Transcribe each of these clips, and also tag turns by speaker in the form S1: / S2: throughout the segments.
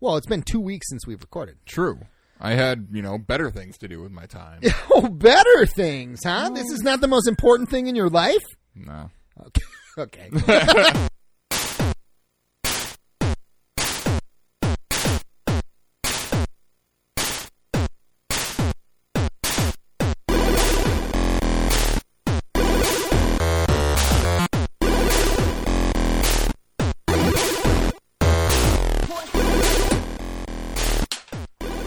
S1: Well, it's been two weeks since we've recorded.
S2: True. I had, you know, better things to do with my time.
S1: Oh, better things, huh? This is not the most important thing in your life?
S2: no.
S1: Okay. okay.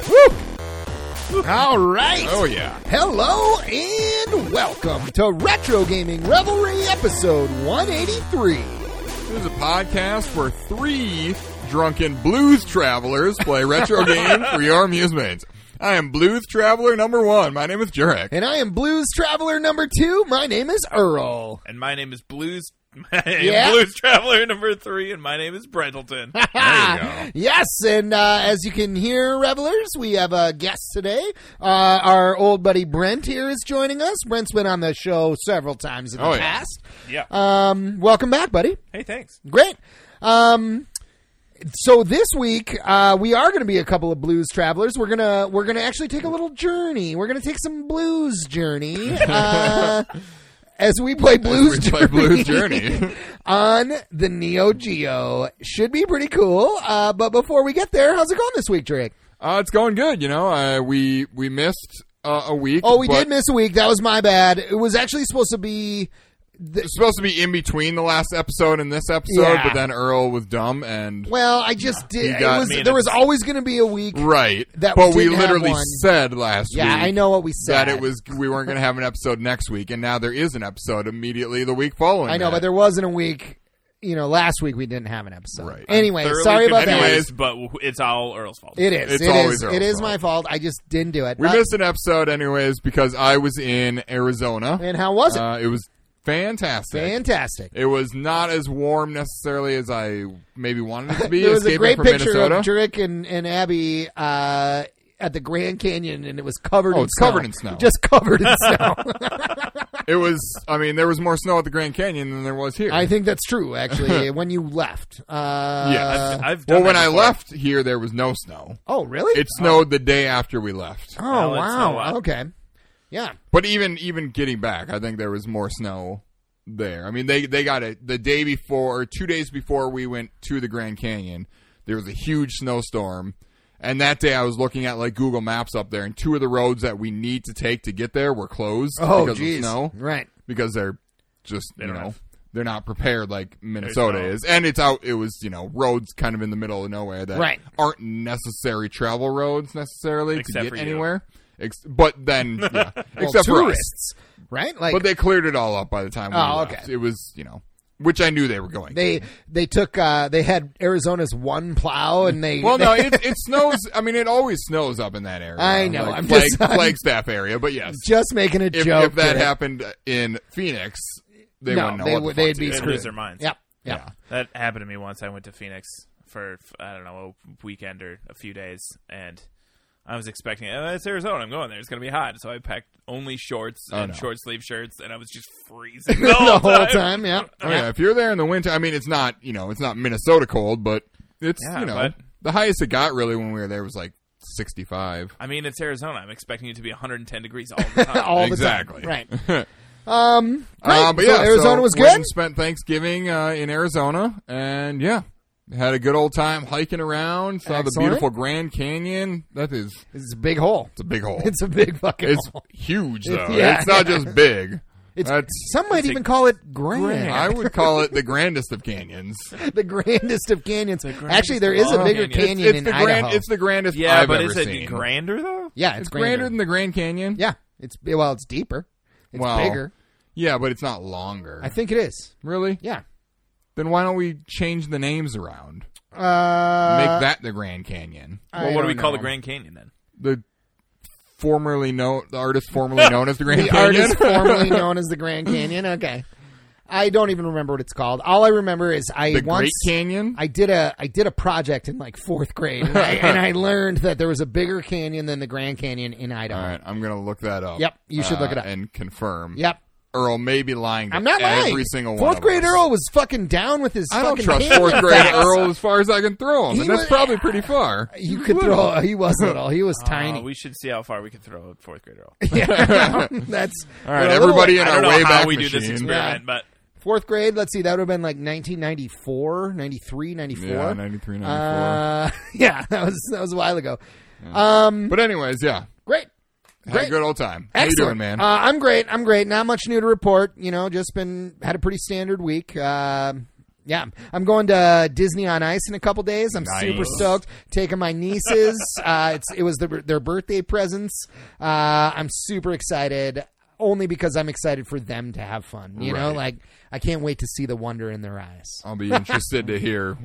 S1: Woo! All right.
S2: Oh yeah.
S1: Hello and welcome to Retro Gaming Revelry episode 183.
S2: This is a podcast where three drunken blues travelers play retro games for your amusement. I am blues traveler number one. My name is Jurek.
S1: And I am Blues Traveler number 2. My name is Earl.
S3: and my name is Blues. I am
S1: Yeah.
S3: Blues Traveler number three, and my name is Brentleton.
S2: There you go.
S1: Yes, and uh, as you can hear, revelers, we have a guest today. Uh, our old buddy Brent here is joining us. Brent's been on the show several times in the
S2: Oh, yeah.
S1: past.
S3: yeah.
S1: Um, welcome back, buddy.
S3: hey, thanks.
S1: Great. Um, so this week uh, we are going to be a couple of blues travelers. We're gonna we're gonna actually take a little journey. We're gonna take some blues journey uh, as we play blues
S2: We
S1: journey
S2: play Blues Journey.
S1: on the Neo Geo. Should be pretty cool. Uh, but before we get there, how's it going this week, Drake?
S2: Uh, it's going good. You know, uh, we we missed uh, a week.
S1: Oh, we
S2: but
S1: did miss a week. That was my bad. It was actually supposed to be. The,
S2: It's supposed to be in between the last episode and this episode,
S1: Yeah.
S2: but then Earl was dumb and
S1: well, I just did. It
S2: got
S1: was,
S3: me in
S1: there
S3: a-
S1: was always going to be a week.
S2: right.
S1: That
S2: but
S1: we
S2: we
S1: didn't have
S2: literally
S1: one.
S2: said last
S1: Yeah,
S2: week.
S1: I know what we said.
S2: that it was we weren't going to have an episode next week, and now there is an episode immediately the week following.
S1: I know,
S2: that.
S1: but there wasn't a week. You know, last week we didn't have an episode.
S2: Right.
S1: Anyway,
S3: Thoroughly
S1: sorry about
S3: confused,
S1: that.
S2: Anyways.
S3: but w- it's all Earl's fault.
S1: It is.
S2: It's
S1: It is.
S2: always our
S1: It is
S2: fault.
S1: my fault. I just didn't do it.
S2: we
S1: Uh,
S2: missed an episode anyways because I was in Arizona.
S1: And how was it?
S2: Uh, it was fantastic.
S1: Fantastic.
S2: it was not as warm necessarily as I maybe wanted it to be.
S1: There was a
S2: escaping
S1: great
S2: from
S1: picture
S2: Minnesota.
S1: of Jurek and, and Abby uh, at the Grand Canyon, and it was covered.
S2: Oh,
S1: in
S2: it's
S1: snow.
S2: covered in snow.
S1: Just covered in snow.
S2: it was. I mean, there was more snow at the Grand Canyon than there was here.
S1: I think that's true. Actually, when you left. Uh,
S2: Yes.
S3: I've, I've done
S2: well, when
S3: that
S2: I
S3: before.
S2: left here, there was no snow.
S1: Oh, really?
S2: It snowed the day after we left.
S1: oh,
S3: Well, it's
S1: wow.
S3: not-
S1: Okay. Yeah.
S2: But even even getting back, I think there was more snow there. I mean, they they got it the day before, or two days before we went to the Grand Canyon. There was a huge snowstorm, and that day I was looking at like Google Maps up there, and two of the roads that we need to take to get there were closed
S1: Oh,
S2: because
S1: jeez.
S2: of snow
S1: Right.
S2: because they're just you
S3: don't
S2: know
S3: have-
S2: they're not prepared like Minnesota
S3: no-
S2: is, and it's out. It was you know roads kind of in the middle of nowhere that
S1: Right.
S2: aren't necessary travel roads necessarily
S3: Except
S2: to
S3: for
S2: get
S3: you.
S2: anywhere. Ex- but then, yeah,
S1: Well,
S2: except for us.
S1: tourists, right? Like
S2: But they cleared it all up by the time. We
S1: Oh,
S2: left.
S1: okay.
S2: It was you know, which I knew they were going.
S1: They they took uh, they had Arizona's one plow and they
S2: well,
S1: they-
S2: no, it, it snows. I mean, it always snows up in that area.
S1: I know,
S2: like
S1: I'm
S2: Flag,
S1: just-
S2: Flagstaff area. But yes,
S1: just making a
S2: if,
S1: joke.
S2: if that
S1: Derek.
S2: happened in Phoenix, they
S1: No,
S2: wouldn't know.
S1: they
S2: what the
S1: would-
S2: fuck
S1: they'd
S2: to
S1: be
S2: do.
S3: They'd
S1: screwed.
S3: lose their minds.
S1: Yep. Yep.
S3: That happened to me once. I went to Phoenix for f- I don't know a weekend or a few days, and I was expecting "Oh, it's Arizona. I'm going there. It's going to be hot, so I packed only shorts
S2: Oh,
S3: and
S2: no.
S3: short sleeve shirts, and I was just freezing the
S1: the
S3: whole,
S1: whole time. Yep.
S2: Oh yeah, if you're there in the winter, I mean, it's not you know, it's not Minnesota cold, but it's
S3: Yeah,
S2: you know,
S3: but-
S2: the highest it got really when we were there was like 65.
S3: I mean, it's Arizona. I'm expecting it to be 110 degrees all the time.
S1: All
S2: exactly.
S1: the time. Right. Um,
S2: Uh, but
S1: So
S2: yeah,
S1: Arizona
S2: so
S1: was
S2: went and
S1: good?
S2: Spent Thanksgiving uh, in Arizona, and yeah, had a good old time hiking around. Saw the
S1: Excellent.
S2: beautiful Grand Canyon. That is,
S1: It's a big hole.
S2: it's a big hole.
S1: It's a big fucking
S2: It's
S1: hole.
S2: huge though.
S1: Yeah.
S2: It's not just big.
S1: It's,
S2: That's-
S1: some might
S3: it's a
S1: even call it grand.
S2: I would call it the grandest of canyons. Um,
S1: the grandest of canyons.
S3: grandest
S1: Actually, there is a
S3: of
S1: bigger
S3: canyons.
S1: canyon
S2: it's
S1: in
S2: the
S1: Idaho.
S2: grand. It's the grandest.
S3: yeah,
S2: I've
S3: but
S2: ever
S3: is it
S2: seen.
S3: grander though?
S1: yeah, it's,
S2: It's grander than the Grand Canyon.
S1: yeah, it's well, it's deeper. It's
S2: Wow.
S1: bigger.
S2: Yeah, but it's not longer.
S1: I think it is.
S2: really?
S1: Yeah.
S2: Then why don't we change the names around?
S1: Uh,
S2: Make that the Grand Canyon.
S3: Well, what do we call the Grand Canyon then?
S2: The formerly known, the artist formerly known as the Grand
S1: the
S2: Canyon.
S1: artist formerly known as the Grand Canyon. Okay, I don't even remember what it's called. All I remember is I
S2: the
S1: once
S2: Great Canyon.
S1: I did a I did a project in like fourth grade, and I, and I learned that there was a bigger canyon than the Grand Canyon in Idaho.
S2: All right, I'm gonna look that up.
S1: Yep, you should
S2: uh,
S1: look it up.
S2: and confirm.
S1: Yep,
S2: Earl may be lying. to
S1: I'm not lying.
S2: every single one.
S1: Fourth
S2: of
S1: grade
S2: us.
S1: Earl was fucking down with his
S2: I don't
S1: fucking
S2: trust
S1: cane
S2: fourth
S1: in
S2: grade
S1: the back.
S2: Earl as far as I can throw him,
S1: He
S2: and that's
S1: was-
S2: probably pretty far.
S1: You could throw. He was little. He was
S2: Ah,
S3: Oh,
S1: tiny.
S3: we should see how far we can throw a fourth grader.
S1: yeah, that's
S2: All right, everybody in our
S3: I don't know
S2: way
S3: how
S2: back
S3: we
S2: machine.
S3: do this experiment, but
S1: Fourth grade. Let's see. That would have been like 1994, 93, 94.
S2: Yeah, 93, 94.
S1: Uh, yeah, that was that was a while ago. Um,
S2: but anyways, yeah,
S1: great.
S2: had a
S1: Great.
S2: good old time.
S1: Excellent.
S2: How you doing, man?
S1: Uh, I'm great. I'm great. Not much new to report. You know, just been had a pretty standard week. Um yeah, I'm going to Disney on Ice in a couple days. I'm
S2: Nice.
S1: super stoked. Taking my nieces. uh, it's it was the, their birthday presents. Uh, I'm super excited. Only because I'm excited for them to have fun. You know,
S2: Right.
S1: like I can't wait to see the wonder in their eyes.
S2: I'll be interested to hear.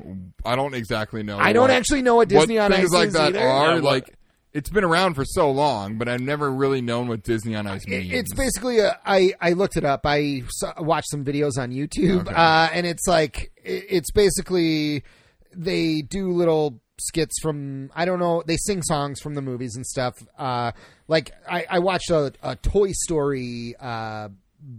S2: I don't exactly know.
S1: I don't
S2: what-
S1: actually know what Disney
S2: what
S1: on Ice
S2: things like
S1: is
S2: that
S1: either.
S2: are
S3: Yeah, what-
S2: like. It's been around for so long, but I've never really known what Disney on Ice means.
S1: It- It's basically a, I I looked it up. I saw, watched some videos on YouTube,
S2: Okay.
S1: uh, and it's like it, it's basically they do little skits from I don't know. They sing songs from the movies and stuff. Uh, like I, I watched a, a Toy Story. Uh,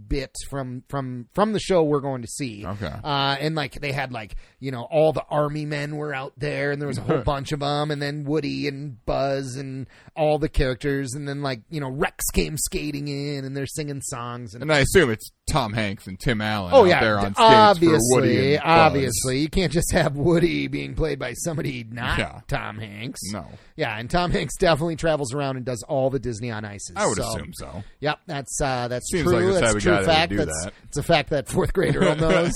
S1: bit from from from the show we're going to see
S2: Okay.
S1: uh and like they had like you know all the army men were out there and there was a whole bunch of them and then woody and buzz and all the characters and then like you know rex came skating in and they're singing songs and,
S2: and I assume it's Tom Hanks and Tim Allen.
S1: oh
S2: out
S1: yeah
S2: there on skates
S1: obviously
S2: for Woody and Buzz.
S1: obviously you can't just have woody being played by somebody not
S2: Yeah.
S1: tom hanks
S2: No,
S1: yeah and tom hanks definitely travels around and does all the disney on ices
S2: I would
S1: so-
S2: assume so.
S1: Yep, that's uh, that's
S2: Seems
S1: true.
S2: like the type
S1: that's
S2: of
S1: true
S2: guy that would
S1: fact.
S2: do
S1: that's
S2: that.
S1: it's a fact that fourth grader all knows.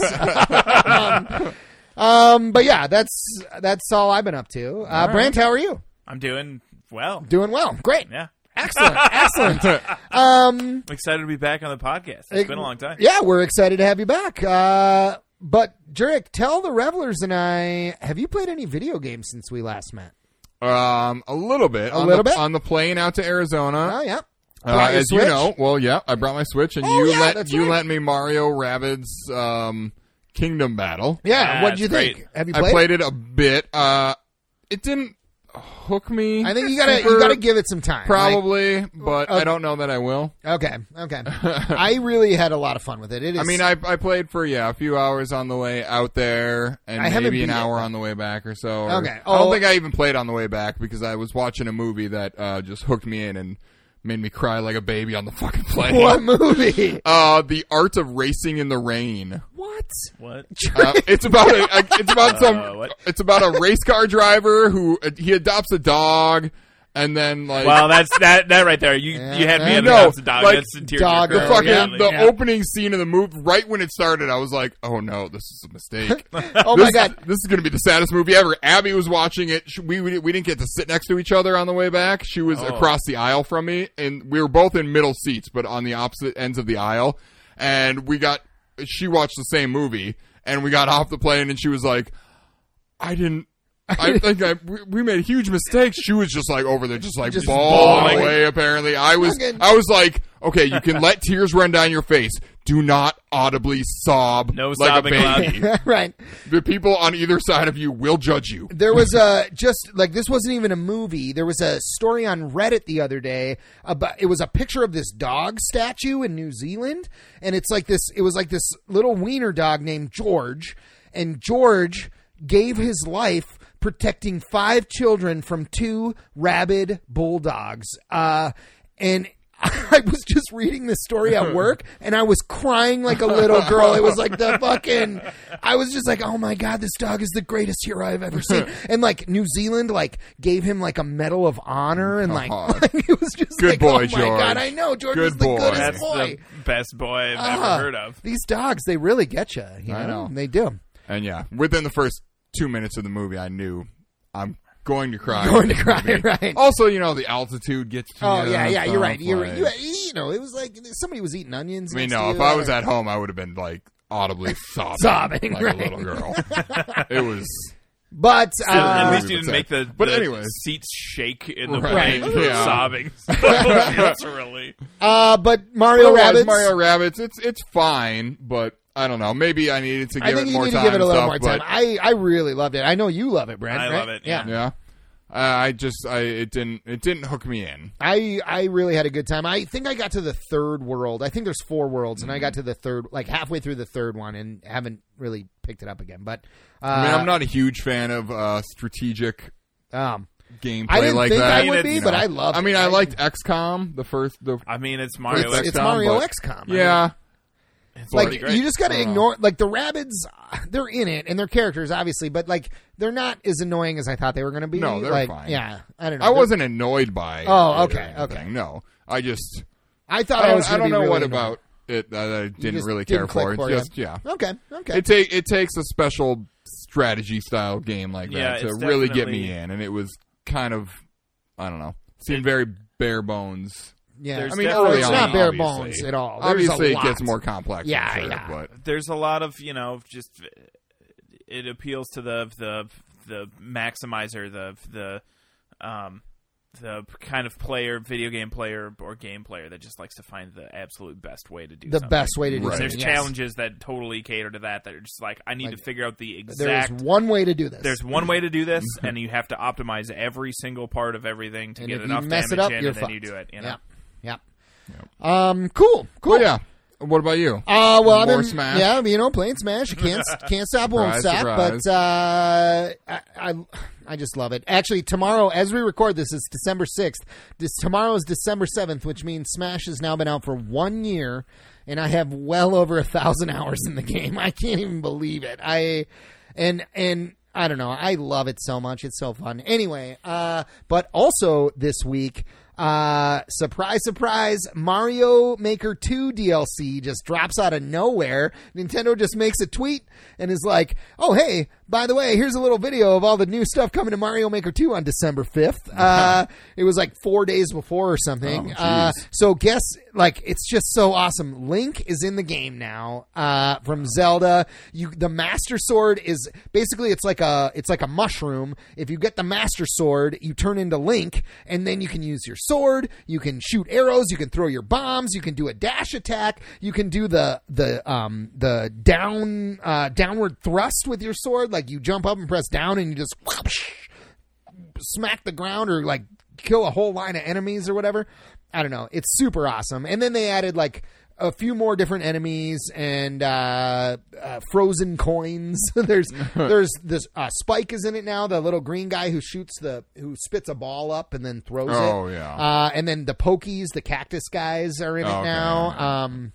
S1: um, um, but yeah, that's that's all I've been up to. Uh, Brant, how are you?
S3: I'm doing well.
S1: Doing well. Great.
S3: Yeah,
S1: Excellent. Excellent. Um,
S3: I'm excited to be back on the podcast. It's
S1: it-
S3: been a long time.
S1: Yeah, we're excited to have you back. Uh, but Jurek, tell the revelers and I, have you played any video games since we last met?
S2: Um, a little bit, a on
S1: little
S2: the,
S1: bit?
S2: on the plane out to Arizona.
S1: Oh yeah.
S2: Uh,
S1: Brought your
S2: as you
S1: Switch?
S2: know, well, yeah, I brought my Switch, and
S1: Oh,
S2: you
S1: yeah,
S2: let
S1: that's
S2: you
S1: right.
S2: let me Mario Rabbids um, Kingdom Battle.
S1: Yeah.
S3: Yeah,
S1: What do you
S3: it's
S1: think?
S3: great.
S1: Have you
S2: I
S1: played?
S2: played it a bit. Uh, it didn't hook me.
S1: I think you gotta
S2: super
S1: you gotta give it some time. Like,
S2: probably, but
S1: uh,
S2: I don't know that I will.
S1: Okay, okay. I really had a lot of fun with it. It is.
S2: I mean, I I played for yeah a few hours on the way out there, and
S1: I haven't
S2: maybe an
S1: beat it,
S2: hour
S1: though.
S2: on the way back or so. or-
S1: Okay.
S2: I don't
S1: Oh.
S2: think I even played on the way back because I was watching a movie that uh, just hooked me in and made me cry like a baby on the fucking plane.
S1: what movie?
S2: Uh, the art of racing in the rain.
S1: What?
S3: What?
S2: Uh, it's about a, a- it's about some
S3: Uh, what?
S2: it's about a race car driver who uh, he adopts a dog and then like
S3: Well, that's that that right there. You you had me at
S2: No,
S3: a dog.
S2: like,
S3: that's a tear
S1: dog,
S2: the
S1: Oh,
S2: fucking
S1: yeah.
S2: the opening scene of the movie right when it started I was like oh no this is a mistake
S1: Oh
S2: this,
S1: my god!
S2: this is gonna be the saddest movie ever Abby was watching it She- we, we we didn't get to sit next to each other on the way back she was
S3: Oh.
S2: across the aisle from me and we were both in middle seats but on the opposite ends of the aisle and we got she watched the same movie and we got off the plane and she was like I didn't. I think I we, we made huge mistakes. She was just like over there, just like
S1: Just
S2: bawling,
S1: bawling.
S2: away. Apparently, I was
S1: Fucking-
S2: I was like, okay, you can let tears run down your face. Do not audibly sob
S3: No
S2: like a
S3: sobbing
S2: baby.
S1: right.
S2: The people on either side of you will judge you.
S1: There was a just like this wasn't even a movie. There was a story on Reddit the other day about it was a picture of this dog statue in New Zealand, and it's like this. It was like this little wiener dog named George, and George gave his life protecting five children from two rabid bulldogs. Uh, and I was just reading this story at work and I was crying like a little girl. It was like the fucking I was just like, "Oh my god, this dog is the greatest hero I've ever seen." And like New Zealand like gave him like a medal of honor and like,
S2: God.
S1: like, it was just
S2: Uh-huh.
S1: like,
S2: Good boy,
S1: "Oh my
S2: George.
S1: god, I know George
S2: Good
S1: is the
S2: boy. Uh-huh.
S1: goodest
S3: That's
S1: boy."
S3: the best boy I've
S1: Ah,
S3: ever heard of.
S1: These dogs, they really get you, you know?
S2: I know.
S1: They do.
S2: And yeah, within the first two minutes of the movie, I knew I'm going to cry.
S1: Going to cry, right?
S2: Also, you know the altitude gets. To
S1: Oh
S2: you
S1: yeah,
S2: and
S1: yeah, you're
S2: stuff,
S1: right. You're
S2: like-
S1: you, you know, it was like somebody was eating onions.
S2: I mean,
S1: next to
S2: no,
S1: you.
S2: if I was at home, I would have been like audibly sobbing,
S1: Sobbing,
S2: like
S1: right.
S2: a little girl. it was
S1: but uh,
S3: at
S2: movie
S3: least you
S2: was
S3: didn't make the,
S2: that. But
S3: the
S2: anyways.
S3: seats shake in the
S2: Right.
S3: plane from
S2: Yeah.
S3: sobbing. That's really
S1: uh, but Mario
S2: Otherwise,
S1: Rabbits.
S2: Mario Rabbits. It's it's fine, but I don't know. Maybe I needed to give
S1: I think
S2: it
S1: you
S2: more
S1: need
S2: time.
S1: to give it a
S2: and
S1: little
S2: stuff,
S1: more time. I, I really loved it. I know you love it, Brent.
S3: I
S1: right?
S3: love it, yeah.
S2: But, yeah. I I just I it didn't it didn't hook me in.
S1: I I really had a good time. I think I got to the third world. I think there's four worlds, and I
S2: Mm-hmm.
S1: got to the third, like halfway through the third one, and haven't really picked it up again. But uh,
S2: I mean, I'm not a huge fan of uh, strategic
S1: Um,
S2: gameplay
S1: I didn't
S2: like
S1: think
S2: that.
S1: I would
S3: I mean,
S1: be,
S3: it's-
S1: but I love.
S2: I mean, I liked XCOM, the first the
S3: I mean, it's
S1: it's,
S3: Mario.
S1: it's,
S3: It's,
S2: XCOM,
S1: Mario
S2: but-
S1: XCOM. I mean,
S2: yeah.
S1: like
S3: pretty great.
S1: you just got to
S2: I don't
S1: ignore like the rabbits. They're in it and their characters obviously, but like they're not as annoying as I thought they were going to be.
S2: No, they're
S1: like,
S2: fine.
S1: Yeah, I don't know.
S2: I
S1: They're-
S2: wasn't annoyed by.
S1: Oh,
S2: it or
S1: okay, okay.
S2: anything, No, I just
S1: I thought
S2: I
S1: I,
S2: don't,
S1: was.
S2: I
S1: gonna
S2: don't
S1: be
S2: know
S1: really
S2: what
S1: annoying.
S2: about it that I didn't
S1: just
S2: really
S1: didn't
S2: care
S1: click
S2: for. It's
S1: for it.
S2: just yeah.
S1: Okay. Okay.
S2: It take it takes a special strategy style game like
S3: Yeah,
S2: that to
S3: it's
S2: really get
S3: definitely-
S2: me in, and it was kind of I don't know seemed very bare bones.
S1: yeah.
S3: there's
S2: I mean,
S3: definitely-
S2: early
S1: it's
S2: on,
S1: not bare
S2: obviously.
S1: bones at all. Oh, There's a
S2: Obviously, it
S1: lot.
S2: gets more complex. I'm
S1: Yeah,
S2: sure,
S1: yeah.
S2: But
S3: there's a lot of you know just it appeals to the the the maximizer the the um the kind of player video game player or game player that just likes to find the absolute best way to do
S1: the
S3: something.
S1: best way to do
S2: Right.
S1: it.
S3: there's
S1: yes.
S3: challenges that totally cater to that that are just like i need
S1: Like,
S3: to figure out the
S1: There's
S3: exact
S1: one way to do this.
S3: there's one way to do this, and you have to optimize every single part of everything to
S1: And
S3: get
S1: if you
S3: enough
S1: mess it
S3: damage
S1: up,
S3: in,
S1: you're
S3: and then you
S1: fucked.
S3: do it. You know?
S1: yeah. Yeah. Um. Cool. Cool.
S2: But yeah, what about you?
S1: Uh, well, I've
S2: More
S1: been,
S2: Smash.
S1: yeah, you know, playing Smash. You can't, can't stop, won't
S2: Surprise,
S1: stop.
S2: surprise.
S1: But uh, I, I, I just love it. Actually, tomorrow, as we record this, it's December sixth. This tomorrow is December seventh, which means Smash has now been out for one year, and I have well over a thousand hours in the game. I can't even believe it. I, and and. I don't know. I love it so much. It's so fun. Anyway, uh, but also this week, uh, surprise, surprise, Mario Maker 2 DLC just drops out of nowhere. Nintendo just makes a tweet and is like, oh, hey, by the way, here's a little video of all the new stuff coming to Mario Maker 2 on December 5th. Uh, it was like four days before or something.
S2: Oh,
S1: uh,
S2: jeez.
S1: so guess, like, it's just so awesome. Link is in the game now, uh, from Zelda. You, the Master Sword is basically, it's like a, it's like a mushroom. If you get the Master Sword, you turn into Link and then you can use your sword. You can shoot arrows. You can throw your bombs. You can do a dash attack. You can do the, the, um, the down, uh, downward thrust with your sword. Like you jump up and press down and you just whoosh, smack the ground or like kill a whole line of enemies or whatever. I don't know. It's super awesome. And then they added like a few more different enemies and uh, uh, frozen coins. there's there's this uh, Spike is in it now. The little green guy who shoots the who spits a ball up and then throws it.
S2: Oh, yeah.
S1: Uh, and then the Pokies, the Cactus guys, are in it
S2: Okay.
S1: now. Um,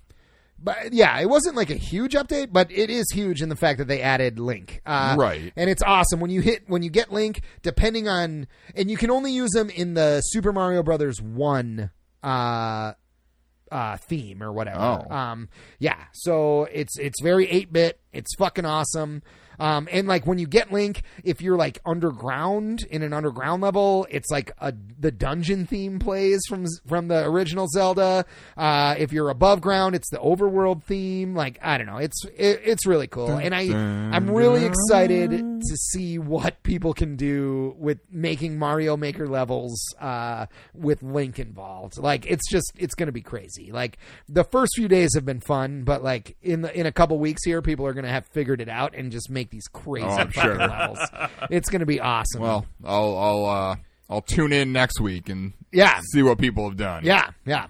S1: but yeah, it wasn't like a huge update, but it is huge in the fact that they added Link. Uh,
S2: Right.
S1: and it's awesome when you hit when you get Link. Depending on and you can only use them in the Super Mario Brothers one uh, uh, theme or whatever.
S2: Oh.
S1: Um, yeah, so it's it's very eight bit. It's fucking awesome. Um, and like when you get Link, if you're like underground in an underground level, it's like a the dungeon theme plays from from the original Zelda. Uh, if you're above ground, it's the overworld theme. Like I don't know, it's it, it's really cool, and I I'm really excited to see what people can do with making Mario Maker levels uh, with Link involved. Like it's just it's going to be crazy. Like the first few days have been fun, but like in the, in a couple weeks here, people are going to have figured it out and just make these crazy
S2: Oh, I'm
S1: fucking
S2: sure.
S1: levels. It's going to be awesome.
S2: Well, I'll I'll uh, I'll tune in next week and
S1: yeah,
S2: see what people have done.
S1: yeah, yeah.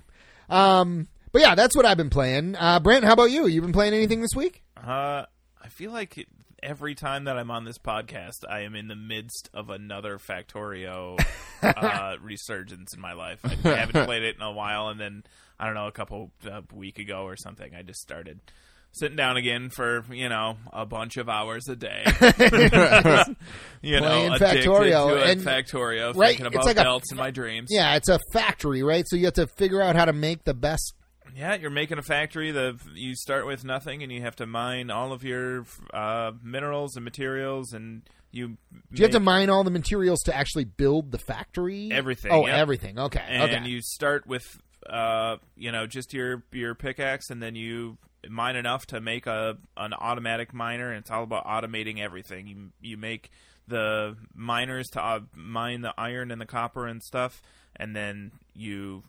S1: Um, but yeah, that's what I've been playing. Uh, Brent, how about you? You been playing anything this week?
S3: Uh, I feel like it- every time that I'm on this podcast, I am in the midst of another Factorio uh, resurgence in my life. I haven't played it in a while, and then I don't know, a couple uh, week ago or something, I just started sitting down again for you know a bunch of hours a day. you
S1: Playing
S3: know, addicted
S1: Factorio,
S3: to it,
S1: and-
S3: Factorio,
S1: right,
S3: thinking
S1: it's
S3: about
S1: like a-
S3: belts in my dreams.
S1: Yeah, it's a factory, right? So you have to figure out how to make the best
S3: Yeah, you're making a factory. The you start with nothing, and you have to mine all of your uh, minerals and materials, and you.
S1: Do you have to mine all the materials to actually build the factory?
S3: Everything,
S1: Oh,
S3: yep.
S1: everything. Okay.
S3: and
S1: okay.
S3: you start with uh, you know just your your pickaxe, and then you mine enough to make a an automatic miner, and it's all about automating everything. You you make the miners to uh, mine the iron and the copper and stuff, and then you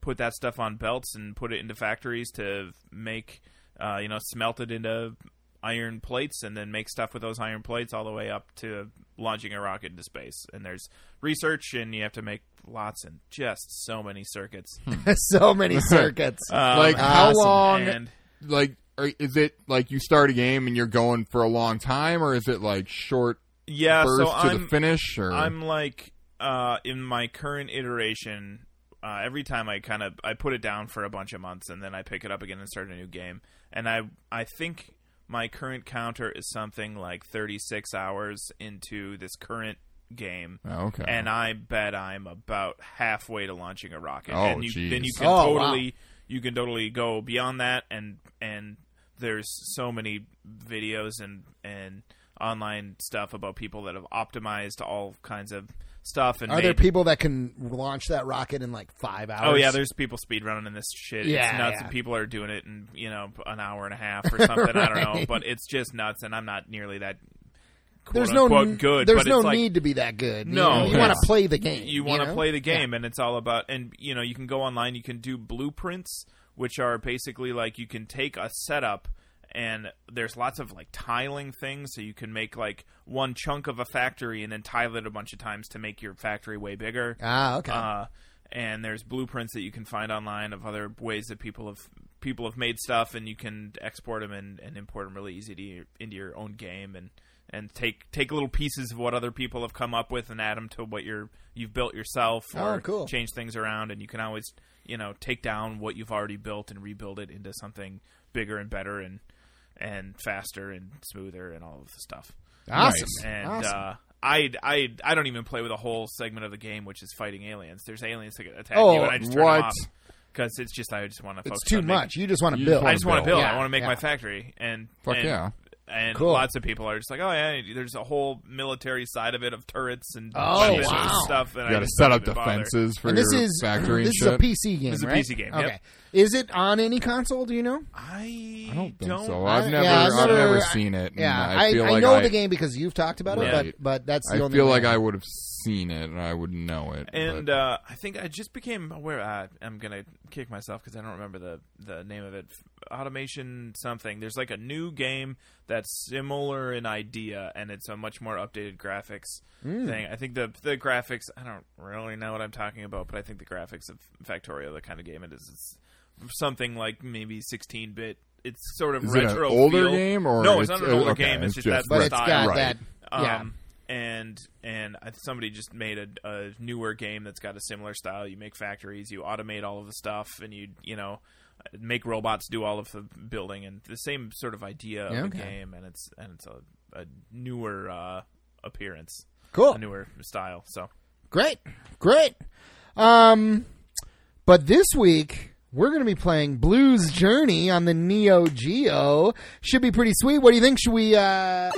S3: put that stuff on belts and put it into factories to make uh, you know smelt it into iron plates and then make stuff with those iron plates all the way up to launching a rocket into space. And there's research, and you have to make lots and just so many circuits.
S1: so many circuits.
S3: Um,
S2: Like, how
S1: awesome.
S2: long?
S3: and
S2: Like, are, is it like you start a game and you're going for a long time, or is it like short
S3: yeah,
S2: bursts
S3: so
S2: to
S3: I'm
S2: the finish? Or
S3: I'm like uh, in my current iteration. Uh, every time I kind of I put it down for a bunch of months and then I pick it up again and start a new game. And I I think my current counter is something like 36 hours into this current game.
S2: Oh, okay.
S3: And I bet I'm about halfway to launching a rocket.
S2: Oh,
S3: and you,
S2: geez.
S3: then you can
S1: Oh, wow.
S3: totally you can totally go beyond that and and there's so many videos and and online stuff about people that have optimized all kinds of stuff and
S1: Are there
S3: made-
S1: people that can launch that rocket in like five hours?
S3: Oh yeah, there's people speedrunning this shit.
S1: Yeah,
S3: it's nuts,
S1: yeah.
S3: and people are doing it in you know an hour and a half or something. I don't know,
S1: Right.
S3: but it's just nuts, and I'm not nearly that. Quote,
S1: There's no
S3: unquote, good.
S1: There's
S3: but
S1: no
S3: it's like,
S1: need to be that good. you
S3: No,
S1: know? you,
S2: yeah.
S1: want to play the game.
S3: you want to
S1: know?
S3: play the game and it's all about and you know you can go online you can do blueprints which are basically like you can take a setup and there's lots of like tiling things so you can make like one chunk of a factory and then tile it a bunch of times to make your factory way bigger
S1: Ah, okay.
S3: uh, and there's blueprints that you can find online of other ways that people have people have made stuff, and you can export them and, and import them really easy to your, into your own game, and and take take little pieces of what other people have come up with and add them to what you're you've built yourself, or
S1: Oh, cool.
S3: change things around, and you can always you know take down what you've already built and rebuild it into something bigger and better and and faster and smoother and all of the stuff
S1: awesome.
S2: Nice.
S3: and
S1: awesome.
S3: uh, I I I don't even play with a whole segment of the game which is fighting aliens. There's aliens that attack you,
S1: Oh,
S3: and I just turn
S2: what?
S3: because it's just I just want to.
S1: it's too much. you just want to
S2: You
S1: build.
S2: just
S3: I just want to
S2: build.
S3: build.
S1: Yeah,
S3: I want to make
S1: yeah.
S3: my factory, and
S2: Fuck
S3: and,
S2: yeah.
S3: And
S1: Cool.
S3: lots of people are just like, oh yeah, there's a whole military side of it of turrets and
S1: Oh,
S3: weapons and
S1: wow.
S3: stuff. And
S2: you got to
S3: I just
S2: set
S3: don't
S2: up
S3: even bother.
S2: defenses for
S1: and this
S2: your
S1: is
S2: factory
S1: this is
S2: and
S1: a
S2: shit.
S1: PC game,
S3: This is a
S1: right?
S3: PC game, yep.
S1: Okay. Is it on any console? Do you know?
S3: I
S2: I don't think so.
S3: I,
S2: I've
S1: I-
S2: never,
S1: yeah,
S2: I've
S1: I've
S2: never,
S1: never-
S2: seen it. and
S1: Yeah,
S3: Mm,
S2: I, feel like
S1: know
S2: I,
S1: the game because you've talked about it,
S2: Right.
S1: but but that's the
S2: I
S1: only.
S2: feel
S1: way
S2: like I would have seen it and I would know it.
S3: And
S2: but-
S3: uh, I think I just became aware. Uh, I'm gonna kick myself because I don't remember the the name of it. Automation something. There's like a new game that's similar in idea, and it's a much more updated graphics
S2: Hmm.
S3: thing. I think the the graphics. I don't really know what I'm talking about, but I think the graphics of Factorio, the kind of game it is, it's something like maybe 16 bit. It's sort of
S2: is it an
S3: retro.
S2: older
S3: feel.
S2: game or
S3: no? It's,
S2: it's
S3: not an older
S2: okay,
S3: game. It's, just, that
S1: but it's
S3: style.
S1: got
S2: Right.
S1: that.
S3: Um,
S1: Yeah.
S3: And and I- somebody just made a, a newer game that's got a similar style. You make factories, you automate all of the stuff, and you you know make robots do all of the building and the same sort of idea
S1: Yeah,
S3: of
S1: okay.
S3: a game. And it's and it's a, a newer uh, appearance,
S1: Cool.
S3: a newer style. So
S1: Great, great. Um, but this week we're going to be playing Blues Journey on the Neo Geo. Should be pretty sweet. What do you think? Should we uh,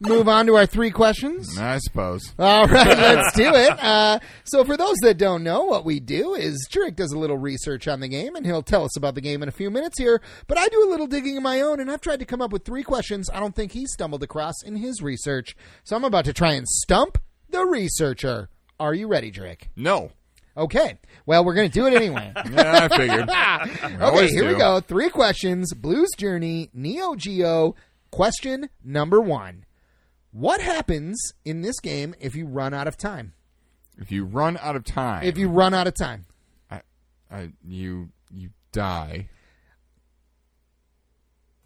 S1: move on to our three questions?
S2: I suppose.
S1: All right, let's do it. Uh, so, for those that don't know, what we do is Jurek does a little research on the game, and he'll tell us about the game in a few minutes here. But I do a little digging of my own, and I've tried to come up with three questions I don't think he stumbled across in his research. So, I'm about to try and stump the researcher. Are you ready, Jurek?
S2: No.
S1: Okay. Well, we're going to do it anyway.
S2: Yeah, I figured.
S1: okay,
S2: always
S1: here we
S2: do.
S1: go. Three questions Blues Journey, Neo Geo. Question number one What happens in this game if you run out of time?
S2: if you run out of time,
S1: If you run out of time?
S2: I, I, you you die.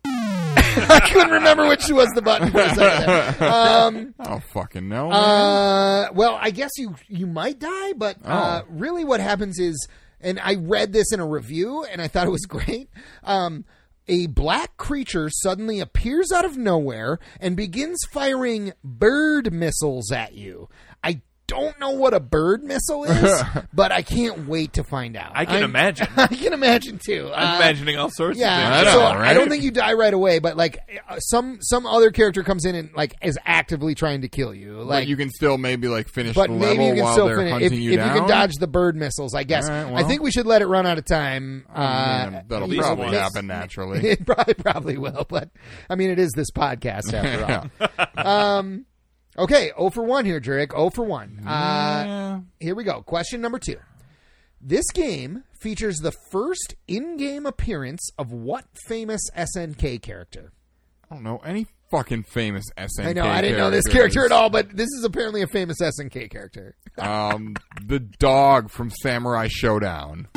S1: I couldn't remember which was the button for a second there.
S2: I don't fucking know.
S1: Uh, well, I guess you you might die, but uh,
S2: Oh.
S1: really, what happens is, and I read this in a review, and I thought it was great. Um, a black creature suddenly appears out of nowhere and begins firing bird missiles at you. I don't know what a bird missile is, but I can't wait to find out.
S3: I can
S1: I'm-
S3: imagine.
S1: I can imagine too.
S3: I'm
S1: Uh,
S3: imagining all sorts
S1: Yeah,
S3: of
S2: I
S3: things.
S2: know,
S1: so I
S2: right?
S1: don't think you die right away, but like uh, some some other character comes in and like is actively trying to kill you. Like
S2: but you can still maybe like finish
S1: but
S2: the
S1: maybe
S2: level
S1: you can
S2: while
S1: still
S2: they're
S1: finish if, if
S2: hunting you
S1: you
S2: down.
S1: can dodge the bird missiles. I guess
S2: All right,
S1: I
S2: well.
S1: think we should let it run out of time. Uh,
S2: Yeah, that'll
S1: you know,
S2: probably
S1: miss-
S2: happen naturally.
S1: It probably probably will, but I mean, it is this podcast after all. Um,
S2: yeah.
S1: Okay, oh for one here, Jurek. Oh for one. Uh,
S2: Yeah.
S1: here we go. Question number two. This game features the first in-game appearance of what famous SNK character?
S2: I don't know any fucking famous SNK.
S1: I know. I didn't know this character at all, but this is apparently a famous SNK character.
S2: all. Um, the dog from Samurai Showdown.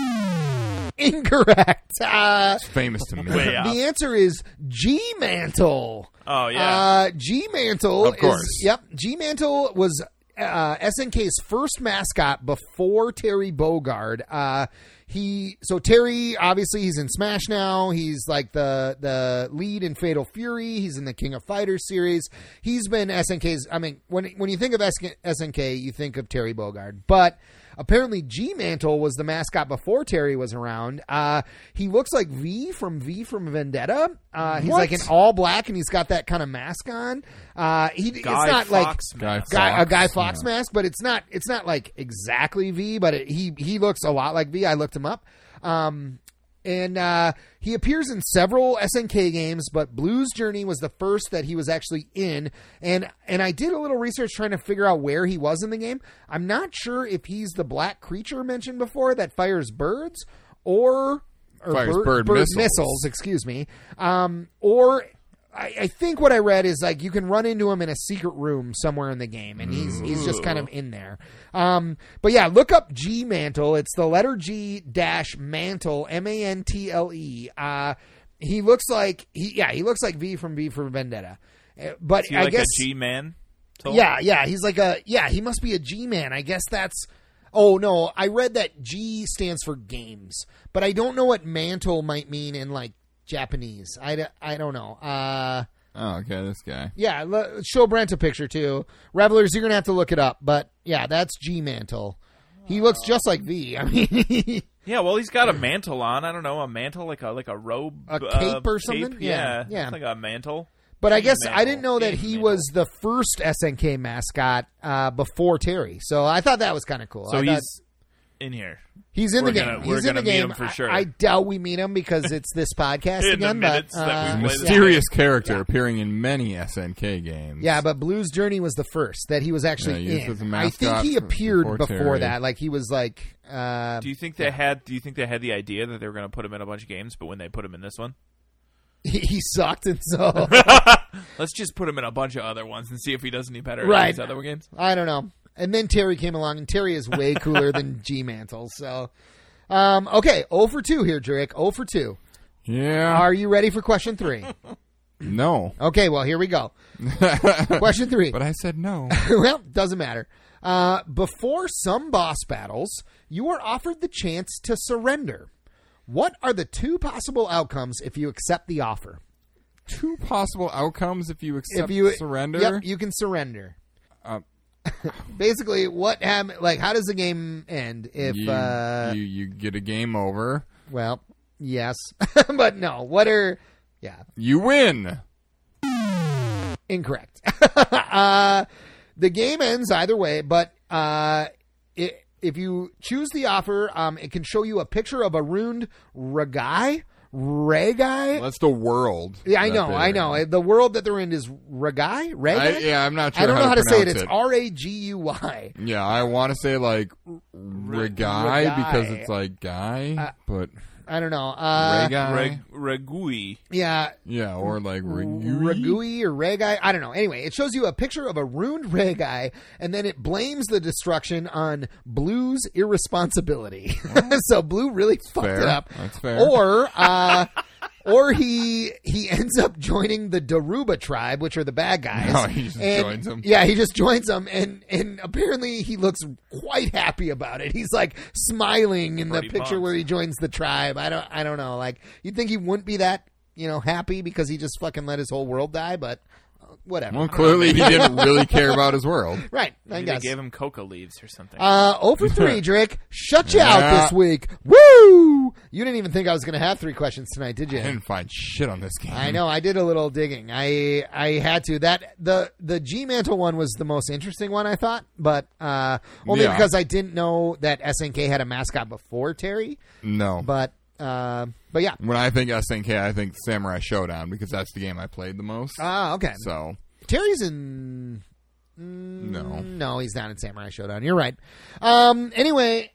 S1: Incorrect. Uh,
S2: Famous to me.
S3: Way up.
S1: The answer is G Mantle.
S3: Oh yeah.
S1: Uh, G Mantle.
S2: Of course.
S1: Is, yep. G Mantle was uh, SNK's first mascot before Terry Bogard. Uh, he so Terry obviously he's in Smash now. He's like the the lead in Fatal Fury. He's in the King of Fighters series. He's been SNK's. I mean, when when you think of SK SNK, you think of Terry Bogard, but apparently G Mantle was the mascot before Terry was around. Uh, he looks like V from V from Vendetta. Uh, he's
S2: What?
S1: like an all black, and he's got that kind of mask on. Uh, he
S3: Guy
S1: it's not
S3: Fox
S1: like
S2: Guy
S3: mask.
S1: Guy, a Guy
S2: Fawkes,
S1: Fox
S2: yeah.
S1: mask, but it's not it's not like exactly V, but it, he he looks a lot like V. I looked him up. Um, and uh, he appears in several SNK games, but Blues Journey was the first that he was actually in. And and I did a little research trying to figure out where he was in the game. I'm not sure if he's the black creature mentioned before that fires birds, or or
S2: Fires bird missiles.
S1: excuse me, um, or. I, I think what I read is like you can run into him in a secret room somewhere in the game, and he's he's just kind of in there. Um, but yeah, look up G Mantle. It's the letter G dash Mantle M A N T L E. Uh, he looks like he yeah he looks like V from V for Vendetta, Uh, but
S3: Is he
S1: I
S3: like
S1: guess
S3: a G man?
S1: yeah, yeah. He's like a yeah. He must be a G man. I guess that's. Oh no, I read that G stands for games, but I don't know what mantle might mean in like Japanese. I, d- I don't know. Uh,
S2: Oh, okay, this guy.
S1: yeah, l- show Brent a picture too. Revelers, you're gonna have to look it up, but yeah, that's G mantle. He looks just like V. I mean,
S3: Yeah, well, he's got a mantle on. I don't know, a mantle like a like a robe,
S1: A
S3: uh,
S1: cape or something? Yeah,
S3: Yeah,
S1: yeah.
S3: it's like a mantle.
S1: but I guess I
S3: Mantle.
S1: didn't know that
S3: G
S1: he
S3: Mantle.
S1: was the first SNK mascot uh, before Terry, so I thought that was kind of cool.
S3: So
S1: I thought-
S3: he's in here.
S1: He's in
S3: We're
S1: the game.
S3: gonna-
S1: He's
S3: we're
S1: in
S3: gonna
S1: the
S3: meet
S1: game.
S3: him for
S1: I-
S3: sure.
S1: I, doubt we meet him because it's this podcast
S3: In the
S1: again.
S3: minutes
S1: but
S3: that we
S1: uh,
S3: play this
S1: yeah.
S2: Mysterious character appearing in many SNK games.
S1: Yeah, but Blues Journey was the first that he was actually
S2: Yeah, he was
S1: in.
S2: with the
S1: I think
S2: mascot
S1: he appeared
S2: before
S1: before,
S2: Terry.
S1: that. Like he was like, uh,
S3: Do you think they had? Do you think they had the idea that they were going to put him in a bunch of games? But when they put him in this one,
S1: he, he sucked, and so
S3: let's just put him in a bunch of other ones and see if he does any better.
S1: Right.
S3: in these other games.
S1: I don't know. And then Terry came along, and Terry is way cooler than G Mantle. So, um, okay, 0 for two here, Jurek. 0 for two.
S2: Yeah.
S1: Are you ready for question three?
S2: no.
S1: Okay, well here we go. question three.
S2: But I said no.
S1: well, doesn't matter. Uh, before some boss battles, you are offered the chance to surrender. What are the two possible outcomes if you accept the offer?
S2: Two possible outcomes if you accept
S1: if you
S2: surrender.
S1: yep, you can surrender.
S2: Um,
S1: Basically, what happened? Like, how does the game end? If
S2: you,
S1: uh,
S2: you you get a game over,
S1: well, yes, but no. What are yeah?
S2: you win.
S1: Incorrect. uh, the game ends either way, but uh, it, if you choose the offer, um, it can show you a picture of a ruined Ragai. Ragai?
S2: That's the world.
S1: Yeah, I
S2: that
S1: know,
S2: they're
S1: I know.
S2: in.
S1: The world that they're in is Ragai? Ragai?
S2: I, yeah, I'm not sure.
S1: I don't know how to say it.
S2: pronounce
S1: It's R A G U Y.
S2: yeah, I want to say like regai because
S1: Regai.
S2: it's like guy, but
S1: I don't know. Uh,
S2: regai.
S3: Reg- Regui.
S1: yeah,
S2: yeah, or like regui.
S1: Ragui or Ragai. I don't know. Anyway, it shows you a picture of a ruined Ragai, and then it blames the destruction on Blue's irresponsibility. so Blue really fucked
S2: fair.
S1: it up.
S2: That's fair.
S1: Or, uh, or he he ends up joining the Daruba tribe, which are the bad guys.
S2: No, he just
S1: And-
S2: joins 'em.
S1: Yeah, he just joins them, and and apparently he looks quite happy about it. He's like smiling in the
S3: Pretty
S1: picture
S3: pumped.
S1: where he joins the tribe. I don't I don't know. Like you'd think he wouldn't be that you know happy because he just fucking let his whole world die, but uh, whatever.
S2: Well, clearly he didn't really care about his world.
S1: Right, I
S3: Maybe
S1: guess.
S3: they gave him coca leaves or something.
S1: Uh, over three, Drake. Shut you out
S2: Yeah.
S1: this week. Woo! You didn't even think I was going to have three questions tonight, did you?
S2: I didn't find shit on this game.
S1: I know. I did a little digging. I I had to. That the the G Mantle one was the most interesting one I thought, but uh, only
S2: Yeah.
S1: because I didn't know that SNK had a mascot before Terry.
S2: No.
S1: But uh, but yeah.
S2: when I think SNK, I think Samurai Showdown because that's the game I played the most.
S1: Ah, okay.
S2: so
S1: Terry's in. Mm,
S2: No.
S1: no, he's not in Samurai Showdown. You're right. Um. Anyway,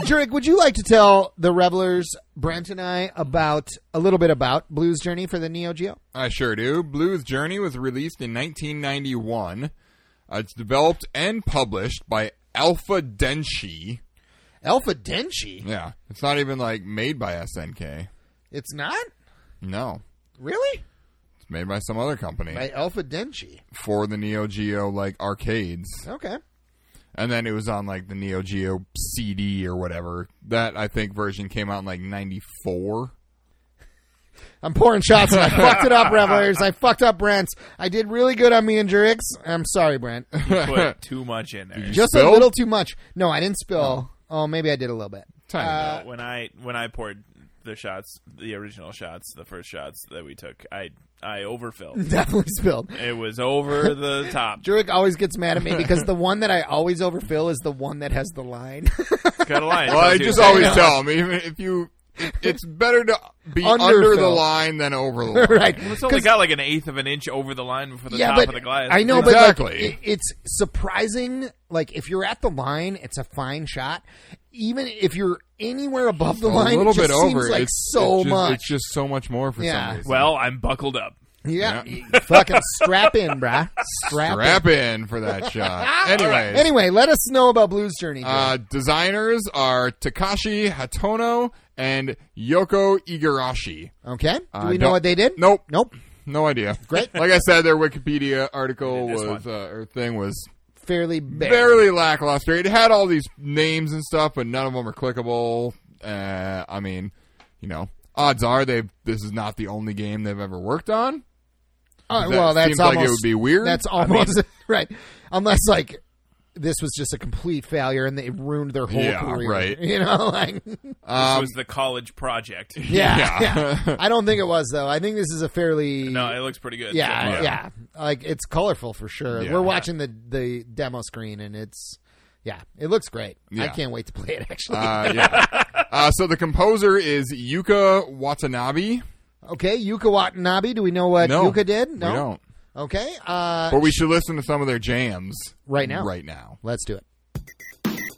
S1: Jurek, would you like to tell the revelers, Brent and I, about a little bit about Blues Journey for the Neo Geo?
S2: I sure do. Blues Journey was released in 1991. Uh, it's developed and published by Alpha Denshi.
S1: Alpha Denshi?
S2: Yeah, it's not even like made by SNK.
S1: It's not
S2: No,
S1: really
S2: it's made by some other company
S1: by Alpha Denshi.
S2: for the Neo Geo like arcades,
S1: Okay,
S2: and then it was on like the Neo Geo CD or whatever. That I think version came out in like '94.
S1: I'm pouring shots and I fucked it up, revelers. I fucked up Brent's. I did really good on me and Jurek. I'm sorry, Brent.
S3: Put too much in there.
S1: Just a
S2: spilled?
S1: little too much. No, I didn't spill. Oh, maybe I did a little bit.
S2: Tiny
S1: Uh,
S2: bit.
S3: when I when I poured the shots, the original shots, the first shots that we took, I I overfilled.
S1: Definitely spilled.
S3: it was over the top
S1: Jurek always gets mad at me because the one that I always overfill is the one that has the line.
S3: Got a line.
S2: Well, I
S3: Tells you
S2: just
S3: to-
S2: always tell them, even if you, it- it's better to be under the
S1: Underfill.
S2: line than over the line.
S1: right.
S3: Well, It's only
S1: 'Cause-
S3: got like an eighth of an inch over the line before the top of the glass.
S1: I know, but like,
S2: Exactly.
S1: it- it's surprising. Like if you're at the line, it's a fine shot. Even if you're anywhere above the
S2: A
S1: line,
S2: little
S1: it just
S2: bit over.
S1: seems like
S2: it's,
S1: so
S2: it's just,
S1: much.
S2: It's just so much more for
S1: Yeah.
S2: some reason.
S3: Well, I'm buckled up.
S1: yeah,
S2: Yeah.
S1: fucking strap in, bruh. Strap,
S2: strap in for that shot.
S1: in.
S2: Anyways,
S1: Anyway, let us know about Blues Journey.
S2: uh, designers are Takashi Hatono and Yoko Igarashi.
S1: okay, do
S2: uh,
S1: we know
S2: don't-
S1: what they did?
S2: Nope,
S1: Nope.
S2: no idea.
S1: Great.
S2: Like I said, their Wikipedia article
S3: Yeah, this
S2: was uh, or thing was
S1: Fairly bare.
S2: barely lackluster. It had all these names and stuff, but none of them are clickable. Uh, I mean, you know, odds are they this is not the only game they've ever worked on.
S1: Uh,
S2: That
S1: well, that's
S2: seems
S1: almost,
S2: like it would be weird.
S1: That's almost right, unless like this was just a complete failure and they ruined their whole
S2: Yeah,
S1: career.
S2: right.
S1: You know, like
S3: This
S2: Um,
S3: was the college project.
S1: Yeah,
S2: Yeah.
S1: yeah. I don't think it was though. I think this is a fairly
S3: No, it looks pretty good.
S1: yeah,
S2: Yeah.
S1: yeah, Like it's colorful for sure.
S2: Yeah.
S1: We're watching the the demo screen and it's yeah, it looks great. I
S2: Yeah.
S1: can't wait to play it actually.
S2: uh, yeah. Uh, so the composer is Yuka Watanabe.
S1: okay, Yuka Watanabe. Do we know what
S2: No,
S1: Yuka did?
S2: We
S1: No.
S2: don't.
S1: Okay. Uh,
S2: But we should listen to some of their jams
S1: Right now.
S2: Right now.
S1: let's do it.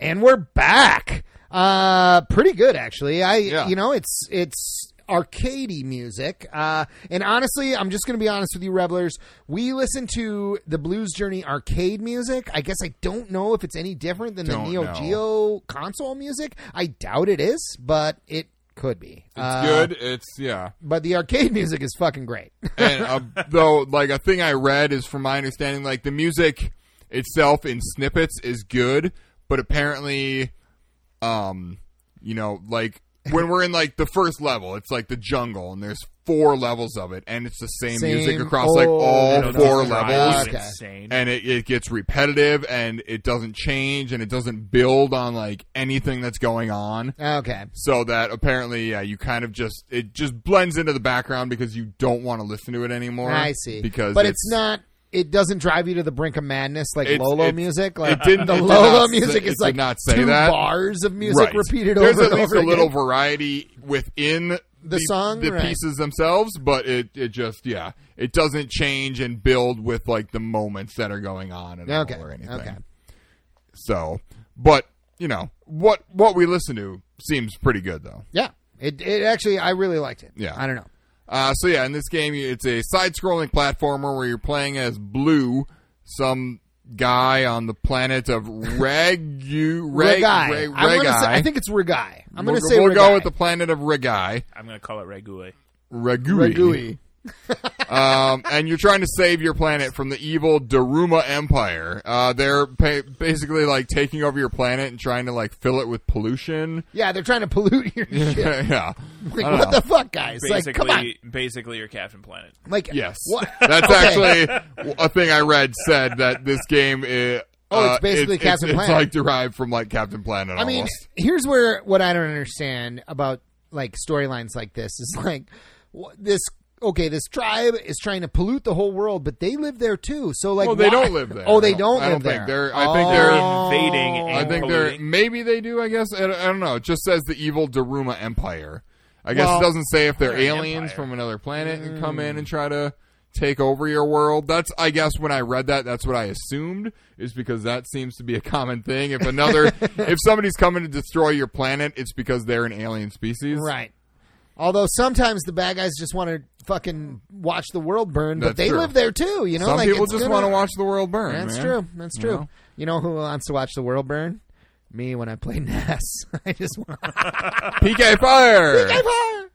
S1: and we're back. Uh, pretty good actually. I
S2: Yeah.
S1: you know it's it's arcadey music. Uh, and honestly, I'm just gonna be honest with you, revelers. We listen to the Blues Journey arcade music. I guess I don't know if it's any different than
S2: Don't
S1: the Neo
S2: know.
S1: Geo console music. I doubt it is, but it could be. Uh,
S2: It's good. It's yeah.
S1: But the arcade music is fucking great.
S2: And uh, though, like a thing I read is from my understanding, like the music itself in snippets is good, but apparently, um, you know, like when we're in like the first level, it's like the jungle, and there's four levels of it, and it's the same, music
S1: Same
S2: across like
S1: old-
S2: all
S1: It'll
S2: four
S1: just drive
S2: levels.
S1: Okay.
S3: Insane.
S2: and it, it gets repetitive and it doesn't change and it doesn't build on like anything that's going on
S1: Okay.
S2: so that apparently yeah you kind of just it just blends into the background because you don't want to listen to it anymore
S1: I see.
S2: because
S1: but it's, not. It doesn't drive you to the brink of madness like
S2: It's-
S1: Lolo
S2: it-
S1: music. Like
S2: it didn't-
S1: the
S2: it did
S1: Lolo
S2: not say-
S1: music
S2: it
S1: is
S2: did
S1: like
S2: not say
S1: two
S2: that.
S1: bars of music
S2: Right.
S1: repeated
S2: there's
S1: over
S2: at
S1: and
S2: least
S1: over
S2: a little
S1: again.
S2: variety within the,
S1: song,
S2: the
S1: right.
S2: pieces themselves but it, it just yeah it doesn't change and build with like the moments that are going on at all
S1: Okay.
S2: or anything
S1: Okay.
S2: So, but you know what what we listen to seems pretty good though.
S1: Yeah. It, it actually, I really liked it.
S2: Yeah.
S1: I don't know.
S2: Uh, so yeah, in this game, you- it's a side-scrolling platformer where you're playing as Blue, some guy on the planet of Regu
S1: Regai.
S2: Reg, Reg,
S1: I'm gonna
S2: Regai.
S1: say- I think it's Regai. I'm
S2: we'll,
S1: going to say
S2: we'll go
S1: Regai.
S2: with the planet of Regai,
S3: I'm gonna call it Regui.
S2: Regui.
S1: Regui.
S2: um, and you're trying to save your planet from the evil Daruma Empire. Uh, they're pa- basically like taking over your planet and trying to like fill it with pollution.
S1: Yeah, they're trying to pollute your shit.
S2: yeah.
S1: Like,
S2: I don't
S1: what
S2: know.
S1: the fuck, guys? like,
S3: Basically,
S1: come on.
S3: basically, your Captain Planet.
S1: Like,
S2: Yes.
S1: What?
S2: That's
S1: Okay.
S2: actually a thing I read said that this game is.
S1: Oh, it's
S2: uh,
S1: basically
S2: it's-
S1: Captain
S2: it's,
S1: Planet.
S2: like derived from like Captain Planet.
S1: I mean,
S2: almost.
S1: here's where what I don't understand about like storylines like this is like wh- this. Okay, this tribe is trying to pollute the whole world, but they live there too. So like,
S2: well, they
S1: why-
S2: don't live there.
S1: Oh, they
S2: I
S1: don't live
S2: I don't
S1: there.
S2: think they're. I think
S1: Oh.
S2: they're.
S3: Invading and
S2: I think they're.
S3: polluting.
S2: Maybe they do. I guess I don't, I don't know. It just says the evil Daruma Empire. I guess
S1: Well, Mm.
S2: it doesn't say if they're
S3: they're an
S2: aliens
S3: empire.
S2: from another planet and come in and try to take over your world. That's I guess when I read that, that's what I assumed is because that seems to be a common thing. If another, if somebody's coming to destroy your planet, it's because they're an alien species.
S1: right. Although sometimes the bad guys just want to fucking watch the world burn, but
S2: That's
S1: they
S2: true.
S1: live there too. You know,
S2: Some
S1: like
S2: people
S1: it's
S2: just
S1: gonna-
S2: want to watch the world burn.
S1: That's
S2: man.
S1: true. That's true.
S2: know?
S1: You know who wants to watch the world burn? Me when I play NES. I just want.
S2: PK Fire.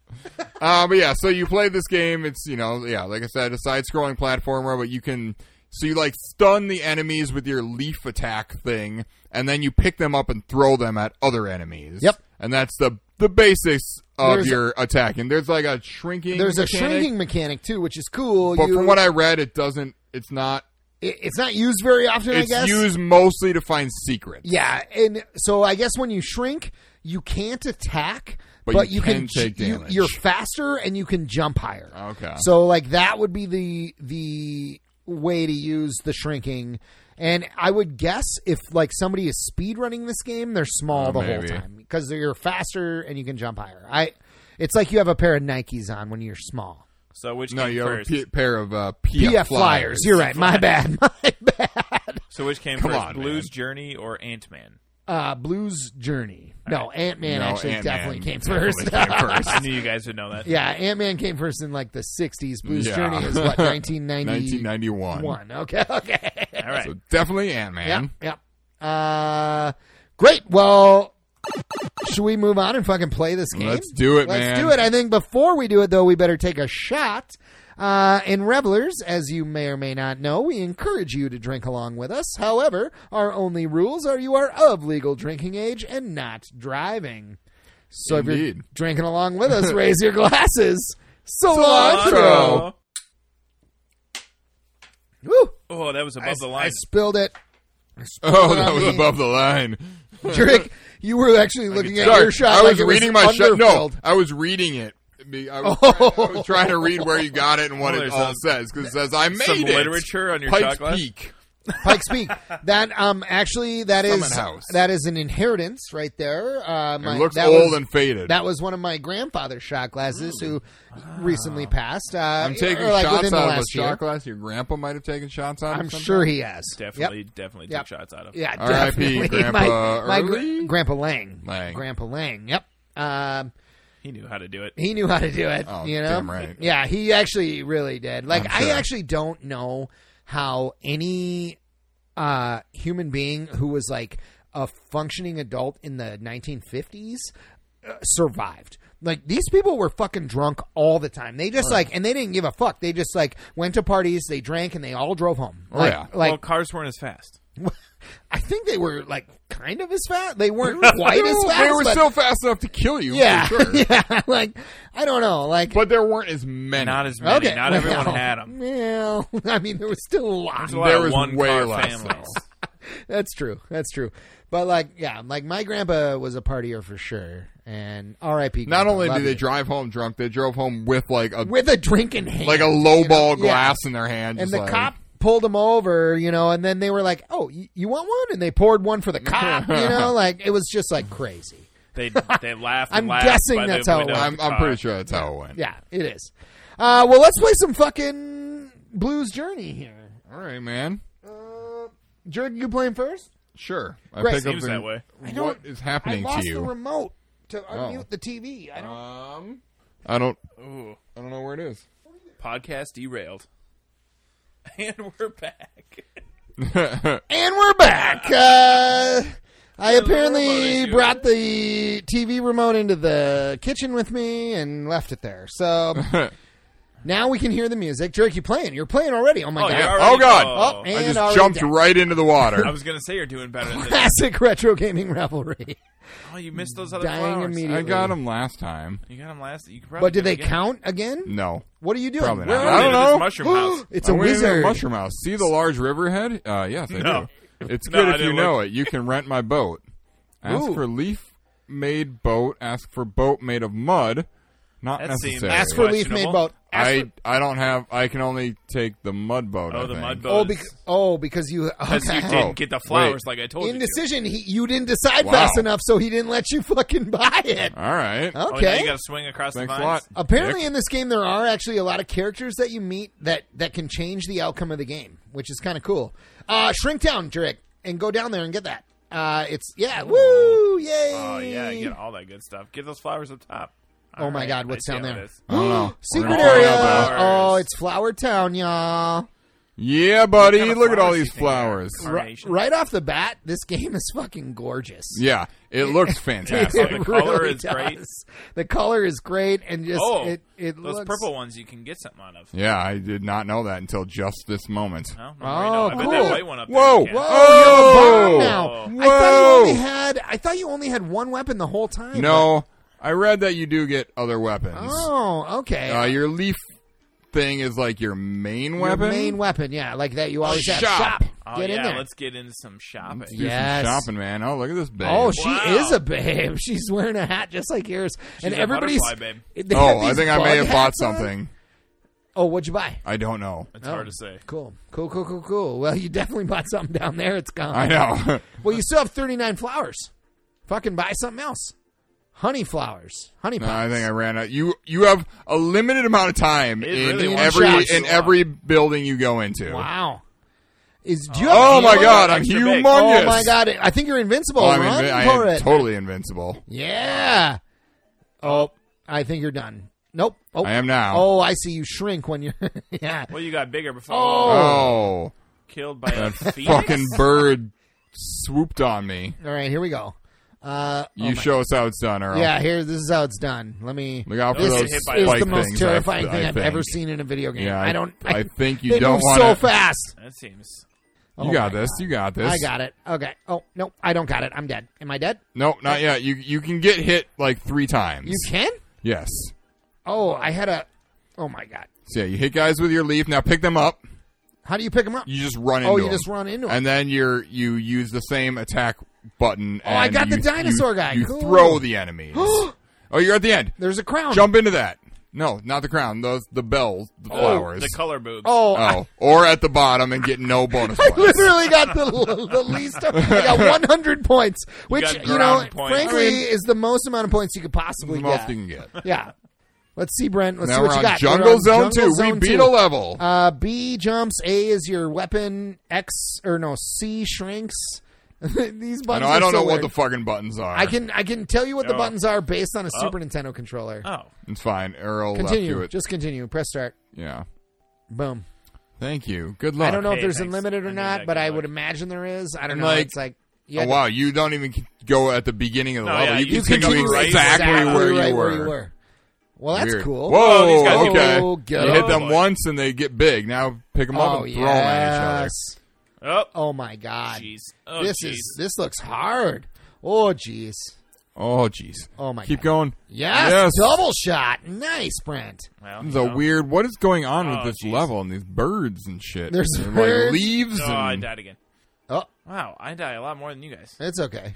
S2: Uh, but yeah, so you play this game. It's you know, yeah, like I said, a side-scrolling platformer, but you can so you like stun the enemies with your leaf attack thing, and then you pick them up and throw them at other enemies.
S1: Yep.
S2: and that's the the basics of
S1: There's-
S2: your attack. And there's like a shrinking.
S1: There's a
S2: mechanic,
S1: shrinking mechanic too, which is cool.
S2: but
S1: You-
S2: from what I read, it doesn't. It's not.
S1: it- it's not used very often. I
S2: It's
S1: guess
S2: used mostly to find secrets.
S1: Yeah, and so I guess when you shrink, you can't attack,
S2: But
S1: but,
S2: you
S1: you, ju-
S2: can take
S1: you-
S2: damage.
S1: You're faster and you can jump higher.
S2: Okay.
S1: So like that would be the the way to use the shrinking. And I would guess if like somebody is speed running this game, they're small
S2: Oh,
S1: the
S2: maybe.
S1: whole time because you're faster and you can jump higher. I it's like you have a pair of Nikes on when you're small.
S3: So which
S2: No,
S3: came
S2: you have
S3: first?
S2: a p- pair of uh,
S1: PF
S2: PF,
S1: flyers. You're right. My bad. My bad.
S3: so which came
S2: Come
S3: first?
S2: on, man.
S3: Blue's Journey or Ant Man?
S1: Uh, Blues Journey. No, Ant Man
S2: No,
S1: actually
S2: Ant-Man
S1: definitely came
S2: definitely
S1: first.
S2: came first.
S3: I knew you guys would know that.
S1: Yeah, Ant Man came first in like the '60s. Blues
S2: Yeah.
S1: Journey is what 1991.
S2: 1991.
S1: Okay, okay.
S3: All right.
S2: So definitely Ant Man.
S1: Yep, yep. Uh, great. Well, should we move on and fucking play this game?
S2: Let's do it,
S1: Let's
S2: man.
S1: do it. I think before we do it, though, we better take a shot. Uh, in Revelers, as you may or may not know, we encourage you to drink along with us. However, our only rules are you are of legal drinking age and not driving. So if
S2: Indeed.
S1: you're drinking along with us, raise your glasses.
S2: Cilantro.
S1: Cilantro. Woo.
S3: Oh, that was above
S1: I,
S3: the
S1: I
S3: line.
S1: spilled it.
S2: Oh,
S1: Well,
S2: that
S1: I
S2: was
S1: mean-
S2: above the line.
S1: Drake, you were actually looking at
S2: Sorry,
S1: your shot.
S2: I was
S1: like it
S2: reading my
S1: was
S2: shot. No,
S1: underfilled.
S2: I was reading it. Be- I was, trying, I was trying to read where you got it and what
S3: Well,
S2: it
S3: there's
S2: all
S3: some-
S2: says because it says I made
S3: some
S2: it.
S3: literature on your
S2: Pikes
S3: shot glass?
S2: Peak.
S1: Pike's Peak. That um, actually that is
S2: Summit House.
S1: that is an inheritance right there. Uh, my,
S2: it looks
S1: that
S2: old
S1: was,
S2: and faded.
S1: That was one of my grandfather's shot glasses who recently passed. Uh,
S2: Ah. I'm taking
S1: or, like,
S2: shots
S1: within the
S2: out of a
S1: last year.
S2: shot glass. Your grandpa might have taken shots out. of
S1: I'm
S2: something.
S1: sure he has
S3: Definitely,
S1: Yep.
S3: definitely
S1: Yep.
S3: took shots out of.
S1: Yeah,
S2: R.I.P.
S1: definitely.
S2: Grandpa
S1: my, my gra-
S2: Early?
S1: Grandpa Lang.
S2: Lang.
S1: Grandpa Lang. Yep. Um,
S3: He knew how to do it.
S1: He knew how to do it.
S2: Oh,
S1: you know,
S2: damn right.
S1: Yeah, he actually really did. Like,
S2: I'm sure.
S1: I actually don't know how any uh, human being who was like a functioning adult in the 1950s uh, survived. Like these people were fucking drunk all the time. They just like, and they didn't give a fuck. They just like went to parties, they drank, and they all drove home.
S2: Oh,
S1: like,
S2: yeah.
S1: like
S3: well, cars weren't as fast.
S1: I think they were like kind of as fat. They weren't quite as fast.
S2: They were
S1: but-
S2: still fast enough to kill you. for
S1: yeah,
S2: sure.
S1: yeah. Like I don't know. Like
S2: But there weren't as many.
S3: Not as many.
S1: Okay.
S3: Not everyone
S1: well,
S3: had them.
S1: Well, I mean, there was still a lot.
S3: There's a lot
S2: There
S3: of
S2: was
S3: one
S2: way
S3: car
S2: less,
S3: families.
S1: That's true. That's true. But like, yeah, like my grandpa was a partier for sure, and R.I.P.
S2: Not
S1: grandpa,
S2: only
S1: love
S2: did they
S1: you.
S2: drive home drunk, they drove home with like a
S1: with a drink in hand,
S2: like a low ball
S1: Yeah.
S2: glass in their hand.
S1: and
S2: just
S1: the
S2: like-
S1: cop pulled them over, you know, and then they were like, "Oh, y- you want one?" And they poured one for the cop, you know, like it was just like crazy.
S3: They they laughed.
S1: I'm
S3: and laughed
S1: guessing
S3: by the
S1: that's how it
S3: window
S1: went.
S3: of
S2: I'm,
S3: the
S2: I'm
S3: car.
S2: pretty sure that's how it went.
S1: Yeah, it is. Uh, well, let's play some fucking Blues Journey here.
S2: All right, man.
S1: Jordan, you playing first?
S2: Sure. I
S1: Right.
S2: pick up
S3: Seems
S2: the-
S3: that way.
S1: I
S2: What
S1: don't-
S2: is
S1: I
S2: happening
S1: lost
S2: to
S1: the
S2: you? Oh.
S1: remote to unmute the TV. I don't.
S2: um, I don't.
S3: Ooh,
S2: I don't know where it is.
S3: podcast derailed, and we're back.
S1: And we're back. Uh, I
S3: remote
S1: apparently
S3: issue.
S1: brought the TV remote into the kitchen with me and left it there. So now we can hear the music. Jerk, you playing? You're playing already. Oh my
S3: Oh,
S1: god!
S3: yeah.
S2: Oh, God.
S1: Oh,
S2: I
S1: and
S2: just
S1: already
S2: jumped
S1: down.
S2: right into the
S3: I
S2: water.
S3: was gonna say you're doing better than.
S1: Classic retro gaming rivalry.
S3: Oh, you missed those other
S1: Dying
S3: flowers.
S1: immediately.
S2: I got him last time.
S3: You got them last. You could probably
S1: But do
S3: get 'em
S1: they
S3: again.
S1: count again?
S2: No.
S1: What are you doing?
S2: Probably not.
S1: Where are
S3: Oh,
S2: I
S1: you?
S2: don't
S3: they did this
S2: know.
S3: Mushroom house.
S1: It's
S2: I
S1: a
S2: went into the
S1: wizard.
S2: Mushroom house. See the large river head? Uh, yes, I
S3: No.
S2: do. It's
S3: No,
S2: good
S3: I
S2: if you
S3: didn't
S2: know
S3: look.
S2: it. You can rent my boat. Ask
S1: Ooh.
S2: for leaf made boat. Ask for boat made of mud. Not
S3: That seems-
S2: necessary.
S1: Ask for leaf made
S3: Questionable.
S1: boat. Ask
S2: I
S1: for-
S2: I don't have. I can only take the mud boat. I
S3: Oh, the
S2: think.
S3: mud
S1: oh,
S3: boat.
S1: because oh, because you
S3: Because
S1: okay.
S3: you
S2: Oh,
S3: didn't get the flowers
S2: wait.
S3: like I told you. to.
S1: indecision. He, you didn't decide
S2: Wow.
S1: fast enough, so he didn't let you fucking buy it.
S2: All
S1: Okay.
S2: right.
S3: Oh, now you got to swing across
S2: Thanks a
S3: the
S2: lot.
S3: vines.
S1: Apparently,
S2: Dick.
S1: in this game, there are actually a lot of characters that you meet that that can change the outcome of the game, which is kind of cool. Uh, shrink down, Drake, and go down there and get that. Uh, it's yeah, woo, yay!
S3: Oh yeah, get all that good stuff. Get those flowers up top.
S1: Oh,
S3: All
S1: my God, what's
S3: I see
S1: down
S3: how
S1: there?
S3: it is.
S2: I don't know. We're
S1: Secret
S2: gonna find
S1: area.
S2: out, though.
S3: flowers.
S1: Oh, it's Flower Town, y'all.
S2: Yeah, buddy.
S3: kind of
S2: Look at all
S3: flowers you
S2: these
S3: think they are?
S2: flowers.
S3: Right.
S1: Right,
S3: Carnation.
S1: right off the bat, this game is fucking gorgeous.
S2: Yeah, it looks fantastic.
S3: the color is great.
S1: The color is great, and just
S3: Oh,
S1: it it
S3: those
S1: looks
S3: purple ones you can get something out of.
S2: Yeah, I did not know that until just this moment.
S3: No, no,
S1: Oh,
S3: I bet
S1: cool.
S3: that white one up
S2: Whoa!
S3: there. you
S2: Whoa!
S3: can.
S1: Oh, you're
S2: Whoa!
S1: a bomb now. I
S2: Whoa!
S1: thought you only had I thought you only had one weapon the whole time.
S2: No, I read that you do get other weapons.
S1: Oh, okay.
S2: Uh, your leaf thing is like your main weapon.
S1: Your main weapon, yeah, like that you always have.
S2: Shop.
S1: Shop.
S3: Oh,
S1: Get
S3: yeah,
S1: in there. Mm,
S3: let's get into some shopping.
S2: Let's do
S1: Yes.
S2: some shopping, man. Oh, look at this babe.
S1: Oh, she
S3: Wow.
S1: is a babe. She's wearing a hat just like yours, and
S3: a
S1: everybody's.
S3: butterfly
S1: they have
S2: oh I
S1: these
S2: think I
S1: bug
S2: may have bought
S1: hats on.
S2: something.
S1: Oh, what'd you buy?
S2: I don't know.
S3: It's hard to
S1: Oh.
S3: say.
S1: Cool, cool, cool, cool, cool. Well, you definitely bought something down there. It's gone.
S2: I know.
S1: Well, you still have thirty nine flowers. Fucking buy something else. Honey flowers, honey
S2: No,
S1: pots.
S2: I think I ran out. You you have a limited amount of time
S3: It
S2: in
S3: really
S1: wants
S2: every
S1: shots.
S2: in every building you go into.
S1: Wow. Is do you have
S2: Oh
S1: any
S2: my
S1: more-
S2: god, I'm
S3: Extra big.
S2: humongous.
S1: Oh my god! I think you're invincible.
S2: Oh, I'm
S1: Run
S2: invi-
S1: for
S2: I am
S1: it.
S2: totally invincible.
S1: Yeah. Oh, I think you're done. Nope. Oh,
S2: I am now.
S1: Oh, I see you shrink when you're. yeah.
S3: Well, you got bigger before.
S1: Oh.
S2: Oh,
S3: killed by a
S2: that
S3: phoenix.
S2: fucking bird swooped on me.
S1: All right, here we go. Uh, oh
S2: You
S1: my-
S2: show us how it's done, Earl.
S1: Yeah, here. This is how it's done. Let me.
S2: Look out for
S1: This
S3: Don't
S2: those
S3: get hit
S1: is,
S3: by
S1: is
S2: spike
S1: the most
S2: things, I-
S1: terrifying
S2: I
S1: thing I've
S2: think.
S1: ever seen in a video game.
S2: Yeah, I-
S1: I don't.
S2: I think you
S1: they
S2: don't
S1: move
S2: wanna-
S1: so fast.
S3: That seems.
S1: Oh
S2: You got
S1: my
S2: this. You got this.
S1: I got it. Okay. Oh no, I don't got it. I'm dead. Am I dead?
S2: No, not yet. You you can get hit like three times.
S1: You can?
S2: yes.
S1: Oh, I had a. Oh my god.
S2: So yeah, you hit guys with your leaf. Now pick them up.
S1: How do you pick them up?
S2: You just run into
S1: oh, you
S2: them.
S1: just run into 'em.
S2: and then you're you use the same attack button.
S1: Oh, I
S2: and
S1: got the
S2: you-
S1: dinosaur
S2: you-
S1: guy.
S2: You
S1: Cool.
S2: throw the enemies. oh, you're at the end.
S1: There's a crown.
S2: Jump into that. No, not the crown. Those the bells, the flowers.
S3: The color boobs.
S1: Oh, I-
S2: oh, or at the bottom and get no bonus
S1: I
S2: points.
S1: literally got the, the least. Of, I got 100 points, which
S3: got
S1: you, know,
S3: ground points.
S1: frankly,
S2: I mean-
S1: is the most amount of points you could possibly
S2: the most
S1: get.
S2: you can get.
S1: Yeah. Let's see, Brent. Let's
S2: now
S1: see
S2: we're
S1: what
S2: on
S1: you got. We're
S2: Jungle
S1: on
S2: Zone
S1: Jungle
S2: Two. we
S1: Zone
S2: beat
S1: 2.
S2: a level.
S1: Uh, B jumps. A is your weapon. X or no C shrinks. These buttons.
S2: I know.
S1: are
S2: I don't
S1: so
S2: know
S1: weird.
S2: what the fucking buttons are.
S1: I can I can tell you what the
S3: Oh.
S1: buttons are based on a Super Nintendo controller.
S3: oh,
S2: It's fine. Earl left to
S1: continue.
S2: it.
S1: Just continue. Press start.
S2: yeah.
S1: Boom.
S2: Thank you. Good luck.
S1: I don't know
S3: Hey,
S1: if there's
S3: thanks.
S1: unlimited
S3: I
S1: or
S3: need
S1: not,
S3: that
S1: but I
S3: color.
S1: would imagine there is. I don't
S2: And,
S1: know.
S2: like-
S1: it's like you
S2: Oh
S1: had to
S2: wow, you don't even go at the beginning of the
S3: No,
S2: level.
S3: yeah,
S2: you,
S3: you
S2: can
S3: continue
S2: continue
S3: right
S2: exactly,
S3: exactly
S2: where, you
S1: right
S2: were.
S1: Well, that's
S2: Weird.
S1: cool.
S2: Whoa,
S3: Whoa, Oh, these guys
S2: okay.
S1: go- go.
S2: You hit them
S3: Oh, boy.
S2: once and they get big. Now pick them up
S1: Oh
S2: and throw them at each
S1: yes.
S3: oh,
S1: Oh my god.
S3: jeez. Oh,
S1: this
S3: jeez.
S1: is this looks hard. Oh jeez.
S2: other. Oh jeez.
S1: Oh, my
S2: Keep
S1: God.
S2: going.
S1: Yes,
S2: Yes.
S1: double shot. Nice, Brent.
S3: Well,
S2: This is
S3: you
S2: a
S3: know.
S2: weird. What is going on with
S3: Oh,
S2: this
S3: jeez.
S2: level and these birds and shit?
S1: There's
S2: They're
S1: birds.
S2: like leaves.
S3: Oh,
S2: and,
S3: I died again.
S1: Oh,
S3: Wow, I die a lot more than you guys.
S1: it's okay.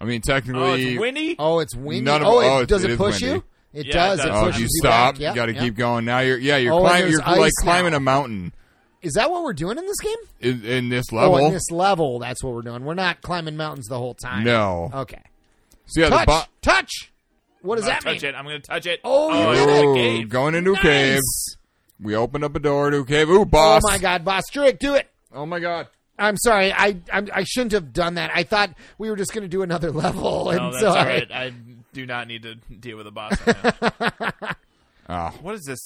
S2: I mean,
S3: Oh,
S2: technically.
S3: it's windy.
S1: Oh, it's windy.
S2: None of-
S1: oh,
S2: oh,
S1: it,
S2: it's-
S1: does
S2: it
S1: it,
S2: is
S1: push
S2: windy.
S1: you? It
S3: Yeah, it
S1: does.
S3: does.
S1: It,
S2: Oh,
S1: pushes
S2: you
S1: you
S2: stop.
S1: back. Yep,
S2: you got to
S1: yep.
S2: keep going. Now you're, yeah, you're
S1: Oh, and
S2: climbing.
S1: there's
S2: You're like
S1: ice
S2: climbing
S1: now.
S2: a mountain
S1: Is that what we're doing in this game?
S2: in, in this
S1: Oh,
S2: level.
S1: in this level, that's what we're doing. We're not climbing mountains the whole time.
S2: No.
S1: Okay.
S2: so yeah,
S1: Oh. Touch.
S2: the bo-
S1: touch. What does
S3: I'm gonna
S1: that mean?
S3: touch it. I'm gonna touch it.
S1: Oh, you
S3: I
S1: did
S3: got a
S2: Ooh,
S3: cave.
S2: going into a cave.
S1: Nice.
S2: We opened up a door to a cave. Ooh, boss.
S1: Oh my god, boss Drake, do it.
S2: Oh my god.
S1: I'm sorry. I I'm, I shouldn't have done that. I thought we were just going to do another level, and
S3: No, that's
S1: so
S3: all
S1: I-
S3: right. I do not need to deal with a boss. man.
S2: Oh,
S3: what is this?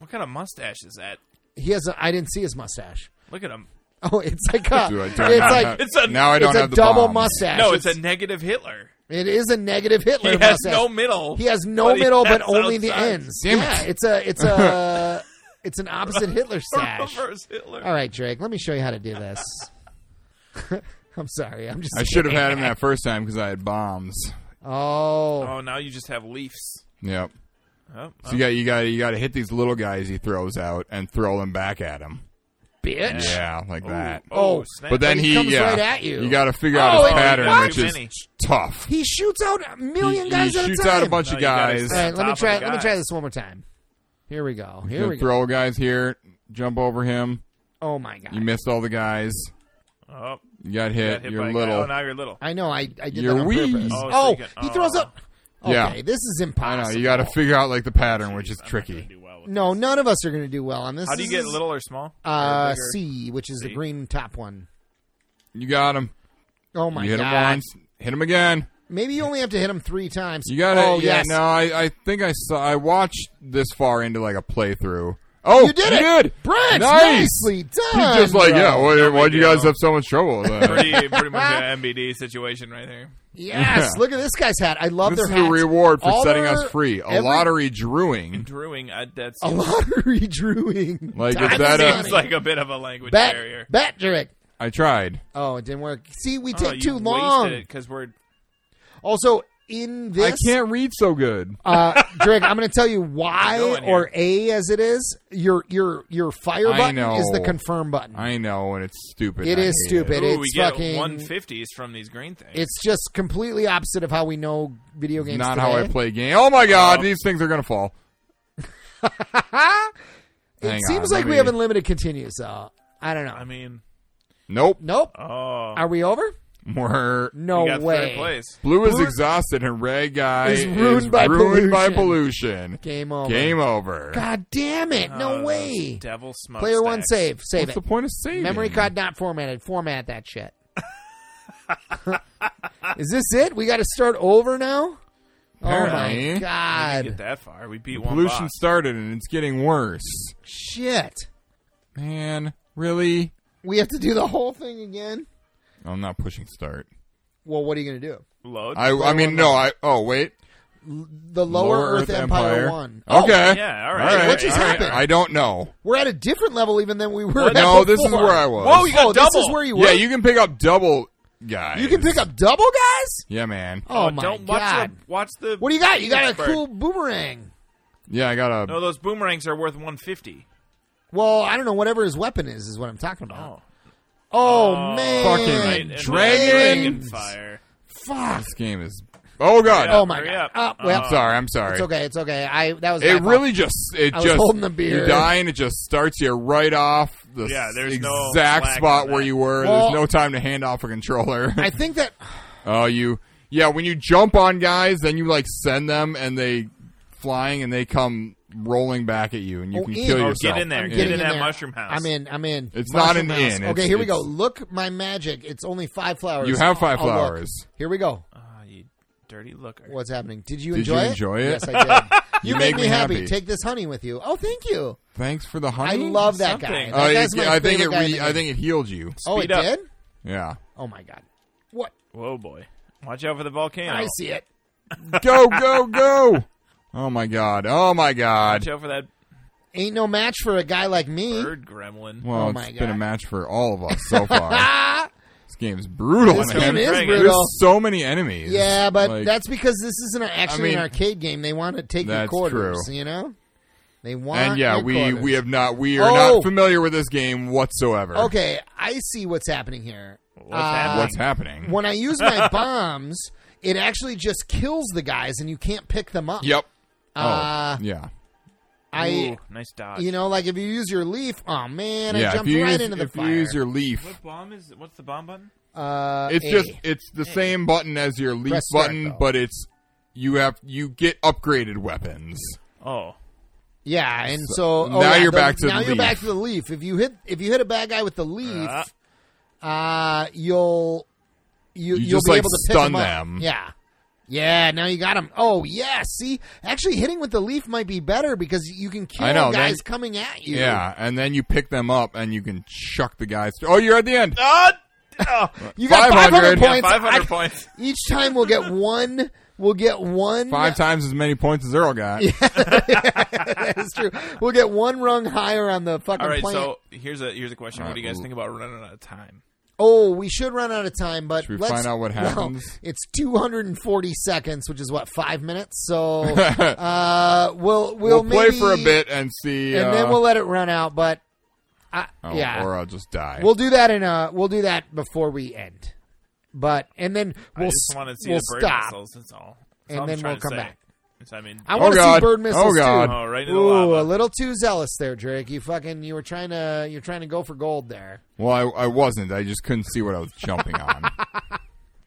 S3: What kind of mustache is that?
S1: he has. A, I didn't see his mustache.
S3: Look at him.
S1: Oh, it's like a.
S2: do I
S1: it's
S2: turn on
S1: like
S2: that?
S3: It's a-
S2: now I
S1: it's
S2: don't
S1: a
S2: have the
S1: double
S2: bomb.
S1: mustache.
S3: No, it's a negative Hitler.
S1: It is a negative Hitler.
S3: He has
S1: mustache.
S3: no middle.
S1: He has no
S3: but he
S1: middle, but
S3: has
S1: only the
S3: outside.
S1: ends.
S2: Damn
S1: yeah, it's a it's a it's an opposite Hitler stash.
S3: Reverse Hitler.
S1: All right, Drake, let me show you how to do this. I'm sorry. I'm just.
S2: I should have had him that first time because I had bombs.
S1: Oh,
S3: Oh, now you just have leafs.
S2: Yep.
S3: Oh,
S2: So you got you got you got to hit these little guys he throws out and throw them back at him.
S1: bitch.
S2: Yeah, like that.
S1: Oh,
S3: snap.
S2: But then
S1: But
S2: he,
S1: he comes
S2: yeah,
S1: right at you.
S2: got to figure
S1: Oh,
S2: out his
S1: it-
S2: pattern,
S3: what?
S2: which is
S3: Many.
S2: tough.
S1: He shoots out a
S2: He,
S1: million
S2: he
S1: guys at a
S2: shoots
S1: time.
S2: out a bunch
S3: No,
S2: of
S3: you gotta
S2: guys.
S1: All right, let me
S3: Top
S1: try.
S3: of the
S1: Let me
S3: guy.
S1: try this one more time. Here we go. Here
S2: You
S1: we go.
S2: throw guys here, jump over him.
S1: Oh my
S2: You
S1: god.
S2: missed all the guys.
S3: Oh,
S2: You got
S3: you
S2: hit.
S3: got hit
S2: You're
S3: by a guy.
S2: little.
S3: Oh, now you're little.
S1: I know. I I did
S2: You're
S1: that on
S2: wee.
S1: purpose.
S3: Oh, so
S1: Oh,
S3: you get-
S1: he throws up. Okay,
S2: Yeah.
S1: this is impossible.
S2: I know. You got to figure out like the pattern, which is
S3: I'm not
S2: tricky.
S3: gonna do well with
S1: No, none of us are going to do well on this.
S3: How do you
S1: This
S3: get
S1: is,
S3: little or small?
S1: Uh,
S3: Or bigger?
S1: C, which is the
S3: C.
S1: green top one.
S2: You got him.
S1: Oh my
S2: You hit him
S1: god!
S2: once. Hit him again.
S1: Maybe you only have to hit him three times.
S2: You got to
S1: Oh
S2: yeah.
S1: yes.
S2: No, I, I think I saw. I watched this far into like a playthrough. Oh,
S1: You did
S2: you
S1: it,
S2: Did.
S1: Brent.
S2: Nice.
S1: Nicely
S2: He's
S1: done.
S2: just like,
S1: bro.
S2: yeah. Why,
S3: No
S2: why'd
S3: big
S2: you guys
S3: deal.
S2: have so much trouble?
S3: Pretty, pretty much an MBD situation right there.
S1: Yes,
S2: Yeah.
S1: look at this guy's hat. I love
S2: this is
S1: their hats.
S2: a reward for
S1: All
S2: setting
S1: their-
S2: us free. A
S1: every-
S2: lottery drewing.
S3: Drewing, I, that's
S1: A lottery drawing.
S2: Like, if
S1: Time's
S2: that, uh,
S1: money.
S3: seems like a bit of a language
S1: bat,
S3: barrier.
S1: bat direct.
S2: I tried.
S1: Oh, it didn't work. See, we
S3: Oh,
S1: take too
S3: you
S1: long.
S3: because we're
S1: Also, in this,
S2: I can't read so good.
S1: uh, Drake, I'm going to tell you Y
S3: Go in here.
S1: or A as it is. Your your your fire
S2: I
S1: button
S2: know.
S1: is the confirm button.
S2: I know, and it's stupid.
S1: It
S2: I
S1: is
S2: hate
S1: stupid.
S3: ooh,
S1: it's
S3: we get
S1: fucking.
S3: 150s from these green things.
S1: It's just completely opposite of how we know video games.
S2: Not
S1: today.
S2: how I play game. Oh my god,
S3: Oh.
S2: these things are gonna fall. Hang
S1: It seems
S2: on,
S1: like
S2: let
S1: we
S2: me-
S1: have unlimited continues. So I don't know.
S3: I mean,
S2: Nope.
S1: nope.
S3: oh,
S1: Are we over?
S2: We're-
S1: No
S3: we got
S1: way.
S3: third place.
S2: Blue is
S1: Blue-
S2: exhausted, and red guy
S1: Is ruined
S2: is
S1: by
S2: ruined by pollution.
S1: Game over.
S2: Game over.
S1: God damn it!
S3: Oh,
S1: No
S3: those
S1: way.
S3: Devil smoke.
S1: Player one
S3: stacks.
S1: save. Save
S2: What's the
S1: it.
S2: point of saving?
S1: Memory card not formatted. Format that shit. Is this it? We got to start over now. Oh my
S2: Apparently.
S3: Get
S1: god!
S3: that far. We beat one
S2: Pollution
S3: boss.
S2: started, and it's getting worse.
S1: Shit.
S2: Man, really?
S1: We have to do the whole thing again.
S2: I'm not pushing start.
S1: Well, what are you gonna do?
S3: Load.
S2: I, I mean, no. I. Oh wait.
S1: The Lower, Earth, Empire, one. Oh,
S2: Okay.
S3: yeah, all right.
S1: What just
S2: all right.
S1: happened?
S2: I don't know.
S1: we're at a different level even than we were. at
S2: No, this is
S1: before.
S2: where I was.
S3: Whoa, you got
S1: Oh,
S3: double.
S1: this is where you were.
S2: yeah, you can pick up double guys.
S1: You can pick up double guys.
S2: Yeah, man.
S1: Oh,
S3: Oh,
S1: my
S3: don't watch
S1: god!
S3: The, watch the.
S1: What do you got? You got a
S3: Bird.
S1: cool boomerang.
S2: Yeah, I got a.
S3: No, those boomerangs are worth 150.
S1: Well, I don't know. Whatever his weapon is, is what I'm talking about.
S3: Oh,
S1: Oh,
S3: Oh,
S1: man,
S2: fucking
S3: right, and
S2: Dragon.
S3: dragon fire.
S1: Fuck!
S2: This game is. Oh god.
S1: Oh my
S3: hurry
S1: god!
S3: up.
S1: Uh, well,
S2: I'm sorry. I'm sorry.
S1: It's okay. It's okay. I that was my
S2: It
S1: fault.
S2: really just. It
S1: I was
S2: just
S1: holding the beer.
S2: You die and it just starts you right off the
S3: Yeah, there's no
S2: exact
S3: slack
S2: spot
S3: on
S2: where
S3: that.
S2: you were.
S1: Well-
S2: there's no time to hand off a controller.
S1: I think that
S2: Oh, you. Yeah, when you jump on guys, then you like send them and they flying and they come rolling back at you and you
S1: Oh,
S2: can
S1: in.
S2: kill
S1: Oh, get
S2: yourself.
S3: in there,
S1: I'm
S3: get
S1: getting
S3: in that
S1: there.
S3: mushroom house.
S1: I'm in. I'm in.
S2: It's not
S1: Mushroom
S2: an
S1: house.
S2: inn.
S1: Okay,
S2: It's-
S1: here we
S2: it's-
S1: go. Look, my magic. It's only five flowers.
S2: You have five
S1: I'll look.
S2: flowers.
S1: Here we go.
S3: Ah, you dirty looker.
S1: What's happening? Did you
S2: Did
S1: enjoy
S2: you
S1: it?
S2: enjoy it?
S1: Yes, I did. you,
S2: You
S1: made
S2: make
S1: me
S2: me
S1: happy.
S2: happy.
S1: Take this honey with you. Oh, thank you.
S2: Thanks for the
S1: I
S2: honey.
S1: love that
S3: Something.
S1: guy. That
S2: Oh,
S1: guy's
S2: it-
S1: my
S2: I think it.
S1: favorite guy in
S2: Re-
S1: the
S2: I
S1: game.
S2: think it healed you.
S1: Oh, it
S3: Speed up.
S1: did.
S2: Yeah.
S1: Oh my god. What?
S3: Whoa, boy. Watch out for the volcano.
S1: I see it.
S2: Go go go! Oh my god! Oh my god!
S3: Watch out for that
S1: Ain't no match for a guy like me.
S3: bird gremlin.
S2: Well,
S1: Oh
S2: it's
S1: my
S2: been a
S1: God.
S2: match for all of us so far.
S1: Ah,
S2: this game's brutal.
S1: this
S2: man.
S1: game is
S3: Dragon.
S2: There's
S1: brutal.
S2: so many enemies.
S1: Yeah, but
S2: Like,
S1: that's because this isn't a- actually
S2: mean,
S1: an arcade game. They want to take your
S2: that's
S1: quarters.
S2: true.
S1: You know, they want.
S2: and yeah,
S1: your
S2: we
S1: quarters.
S2: we have not we are
S1: Oh.
S2: not familiar with this game whatsoever.
S1: Okay, I see what's happening here.
S3: What's happening?
S1: Uh,
S2: What's happening?
S1: When I use my bombs, it actually just kills the guys, and you can't pick them up.
S2: Yep.
S1: Uh,
S2: oh, yeah.
S1: I,
S3: Ooh, nice dodge.
S1: you know, like if you use your leaf, oh man, I
S2: Yeah. If
S1: jumped
S2: you
S1: right
S2: use,
S1: into the
S2: if
S1: fire.
S2: you use your leaf,
S3: what bomb is? What's the bomb button?
S1: uh,
S2: it's
S1: A.
S2: just it's the same button as your leaf
S1: Press start,
S2: button,
S1: though.
S2: but it's you have you get upgraded weapons.
S3: Oh,
S1: yeah, and so, oh,
S2: now
S1: yeah,
S2: you're
S1: the-
S2: back to
S1: now
S2: the
S1: you're
S2: leaf.
S1: back to the leaf. If you hit if you hit a bad guy with the leaf,
S3: Ah.
S1: uh, you'll you,
S2: You
S1: you'll
S2: just,
S1: be
S2: like,
S1: able to pick
S2: stun
S1: 'em up.
S2: them.
S1: Yeah, yeah. Now you got them. Oh yeah. See, actually, hitting with the leaf might be better because you can kill
S2: I know,
S1: guys
S2: then-
S1: coming at you.
S2: Yeah, and then you pick them up and you can chuck the guys. Through. Oh, you're at the end.
S3: Ah,
S1: you got 500,
S2: 500. Yeah,
S1: points.
S3: five hundred
S1: I-
S3: points.
S1: Each time we'll get one. We'll get one.
S2: Five times as many points as Earl got.
S1: That's true. We'll get one rung higher on the fucking
S3: All right,
S1: planet.
S3: so here's a here's a question.
S2: All right,
S3: what do you guys
S2: well-
S3: think about running out of time?
S1: Oh, we should run out of time, but
S2: Should we
S1: let's
S2: find out what
S1: well,
S2: happens?
S1: it's 240 seconds, which is what five minutes. So uh, we'll
S2: We'll,
S1: we'll,
S2: play
S1: maybe-
S2: for a bit and see.
S1: and
S2: uh,
S1: then we'll let it run out. But I,
S2: oh,
S1: yeah,
S2: or I'll just die.
S1: we'll do that in a we'll do that before we end. But and then we'll
S3: I just
S1: s-
S3: want to see
S1: we'll
S3: the bird
S1: stop.
S3: missiles. That's all. That's
S1: And
S3: all I'm
S1: then
S3: trying
S1: we'll
S3: to
S1: come
S3: say.
S1: back.
S3: It's- I mean,
S1: I want to see
S2: God.
S1: bird missiles
S2: Oh, God.
S1: too.
S3: oh, right in the
S1: Ooh, a
S3: lava.
S1: little too zealous there, Drake. You fucking you were trying to you're trying to go for gold there.
S2: Well, I, I wasn't. I just couldn't see what I was jumping on.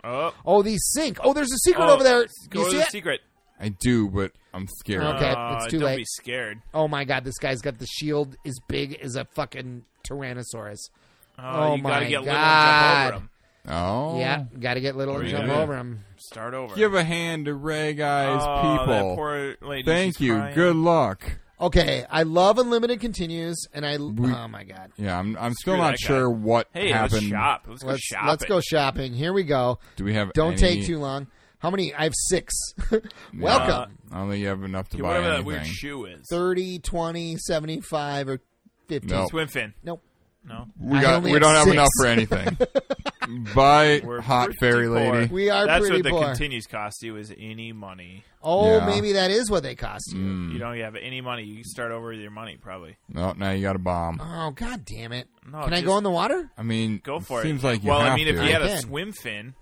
S3: Oh,
S1: Oh, these sink. Oh, there's a secret
S3: oh,
S1: over there.
S3: Go
S1: You
S3: to
S1: see
S3: the
S1: it?
S3: secret.
S2: I do, but I'm scared.
S1: Okay,
S3: Uh,
S1: it's too
S3: don't
S1: late.
S3: be scared.
S1: Oh my god, this guy's got the shield as big as a fucking Tyrannosaurus.
S3: Oh,
S1: Oh,
S3: you
S1: my
S3: gotta get little
S1: God.
S3: and jump over him.
S2: Oh,
S1: Yeah, gotta get little
S2: Or
S1: and
S2: you
S1: jump
S2: gotta-
S1: over him.
S3: Start over.
S2: Give a hand to Ray Guy's
S3: oh, that
S2: people.
S3: poor lady,
S2: Thank
S3: she's
S2: you.
S3: crying.
S2: Good luck.
S1: Okay, I love unlimited continues, and I oh my god.
S2: Yeah, I'm. I'm
S3: Screw
S2: still not
S3: that guy.
S2: sure what
S3: Hey,
S2: happened.
S3: let's shop. Let's, go
S1: Let's
S3: shopping.
S1: let's go shopping. Here we go.
S2: Do we have?
S1: Don't
S2: any-
S1: take too long. How many? I have six.
S2: Uh,
S1: Welcome.
S2: I don't think you have enough to
S3: Get
S2: buy
S3: whatever
S2: anything.
S3: that weird shoe is.
S1: Thirty, twenty, seventy-five, 30, 20, 75, or 50.
S2: No.
S3: Swimfin.
S1: Nope.
S3: No.
S2: we
S1: I
S2: got.
S1: only
S2: We
S1: have
S2: don't have
S1: six.
S2: enough for anything. Bye,
S3: We're
S2: hot
S3: pretty
S2: fairy
S3: poor.
S2: lady.
S1: We are
S3: That's
S1: pretty
S3: what the
S1: poor.
S3: continues cost you is any money.
S1: oh,
S2: Yeah.
S1: maybe that is what they cost you.
S2: Mm.
S3: You don't have any money. You start over with your money probably.
S2: No, now you got a bomb.
S1: Oh, god damn it.
S3: No,
S1: Can I
S3: just-
S1: go in the water?
S2: I mean,
S3: Go for
S2: seems
S3: it.
S2: like you
S3: well,
S2: have
S3: I mean,
S2: to.
S3: if you had a
S1: Again.
S3: swim fin,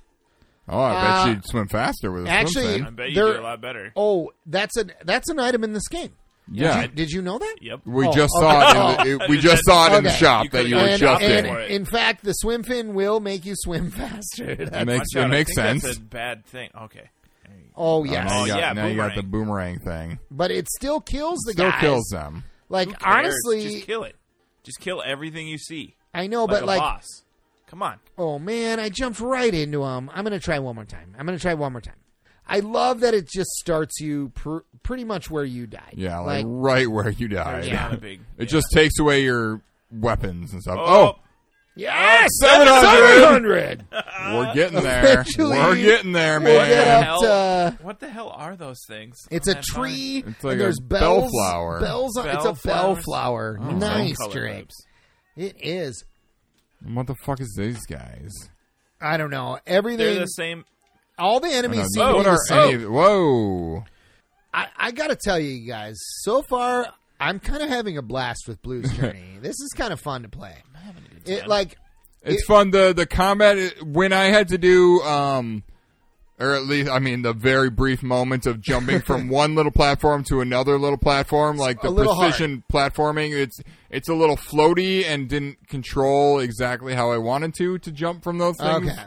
S2: oh, I bet
S1: Uh,
S2: you'd swim faster with a
S1: actually-
S2: swim
S3: I
S2: fin.
S3: bet you
S1: There-
S3: do a lot better.
S1: Oh, that's an that's an item in this game.
S2: Yeah,
S1: Did you know that?
S3: Yep.
S2: we
S1: Oh,
S2: just
S1: okay.
S2: saw it. In the, it- we
S3: You
S2: just
S3: said-
S2: saw it in the
S1: Okay.
S2: shop
S3: You
S2: that
S3: could've
S2: you
S3: gone
S2: were
S1: and,
S3: would jump
S2: just in.
S1: and
S3: for it.
S1: in fact, the swim fin will make you swim faster. That's-
S2: It makes
S3: Watch out,
S2: it
S3: I
S2: makes
S3: think
S2: sense.
S3: That's a bad thing. Okay.
S1: oh
S2: Oh,
S1: yes,
S2: now you
S3: Oh,
S2: got,
S3: yeah,
S2: now you got the boomerang thing.
S1: but it still kills the
S2: Still
S1: guys.
S2: kills them.
S1: Like
S3: Who cares?
S1: honestly,
S3: just kill it. Just kill everything you see.
S1: I know,
S3: Like
S1: but
S3: a
S1: like,
S3: boss. Come on.
S1: oh man, I jumped right into them. I'm gonna try one more time. I'm gonna try one more time. I love that it just starts you pr- pretty much where you died.
S2: Yeah, like, right where you died.
S3: There's
S1: Yeah.
S3: not a big.
S2: It just takes away your weapons and stuff.
S3: Oh,
S2: Oh,
S1: yes,
S2: 700!
S1: 700.
S2: Oh, we're getting there.
S1: Eventually,
S2: we're getting there,
S1: We'll
S2: man.
S1: get up
S3: Hell.
S1: to.
S3: what the hell are those things?
S1: uh, It's
S3: on
S1: a
S3: that
S1: tree.
S2: It's like
S1: and there's
S2: a
S1: bells.
S2: bellflower.
S1: Bells. On, it's a
S3: Bellflowers?
S1: bellflower.
S2: Oh.
S3: vine?
S1: nice,
S3: Colored
S1: Drake.
S3: lips.
S1: It is.
S2: What the fuck is these guys?
S1: I don't know.
S3: They're
S1: Everything.
S3: the same.
S1: all the
S2: I don't
S1: enemies
S2: know.
S1: seem to be
S2: what
S1: the
S2: are
S1: same.
S2: any of, Whoa.
S1: I, I gotta tell you guys, so far I'm kind of having a blast with Blues Journey. this is kind of fun to play. It like
S2: It's
S1: It-
S2: fun. The the combat i- when I had to do um or at least I mean the very brief moments of jumping from one little platform to another little platform, like
S1: a
S2: the
S1: little
S2: precision platforming, it's it's a little floaty and didn't control exactly how I wanted to to jump from those things.
S1: okay,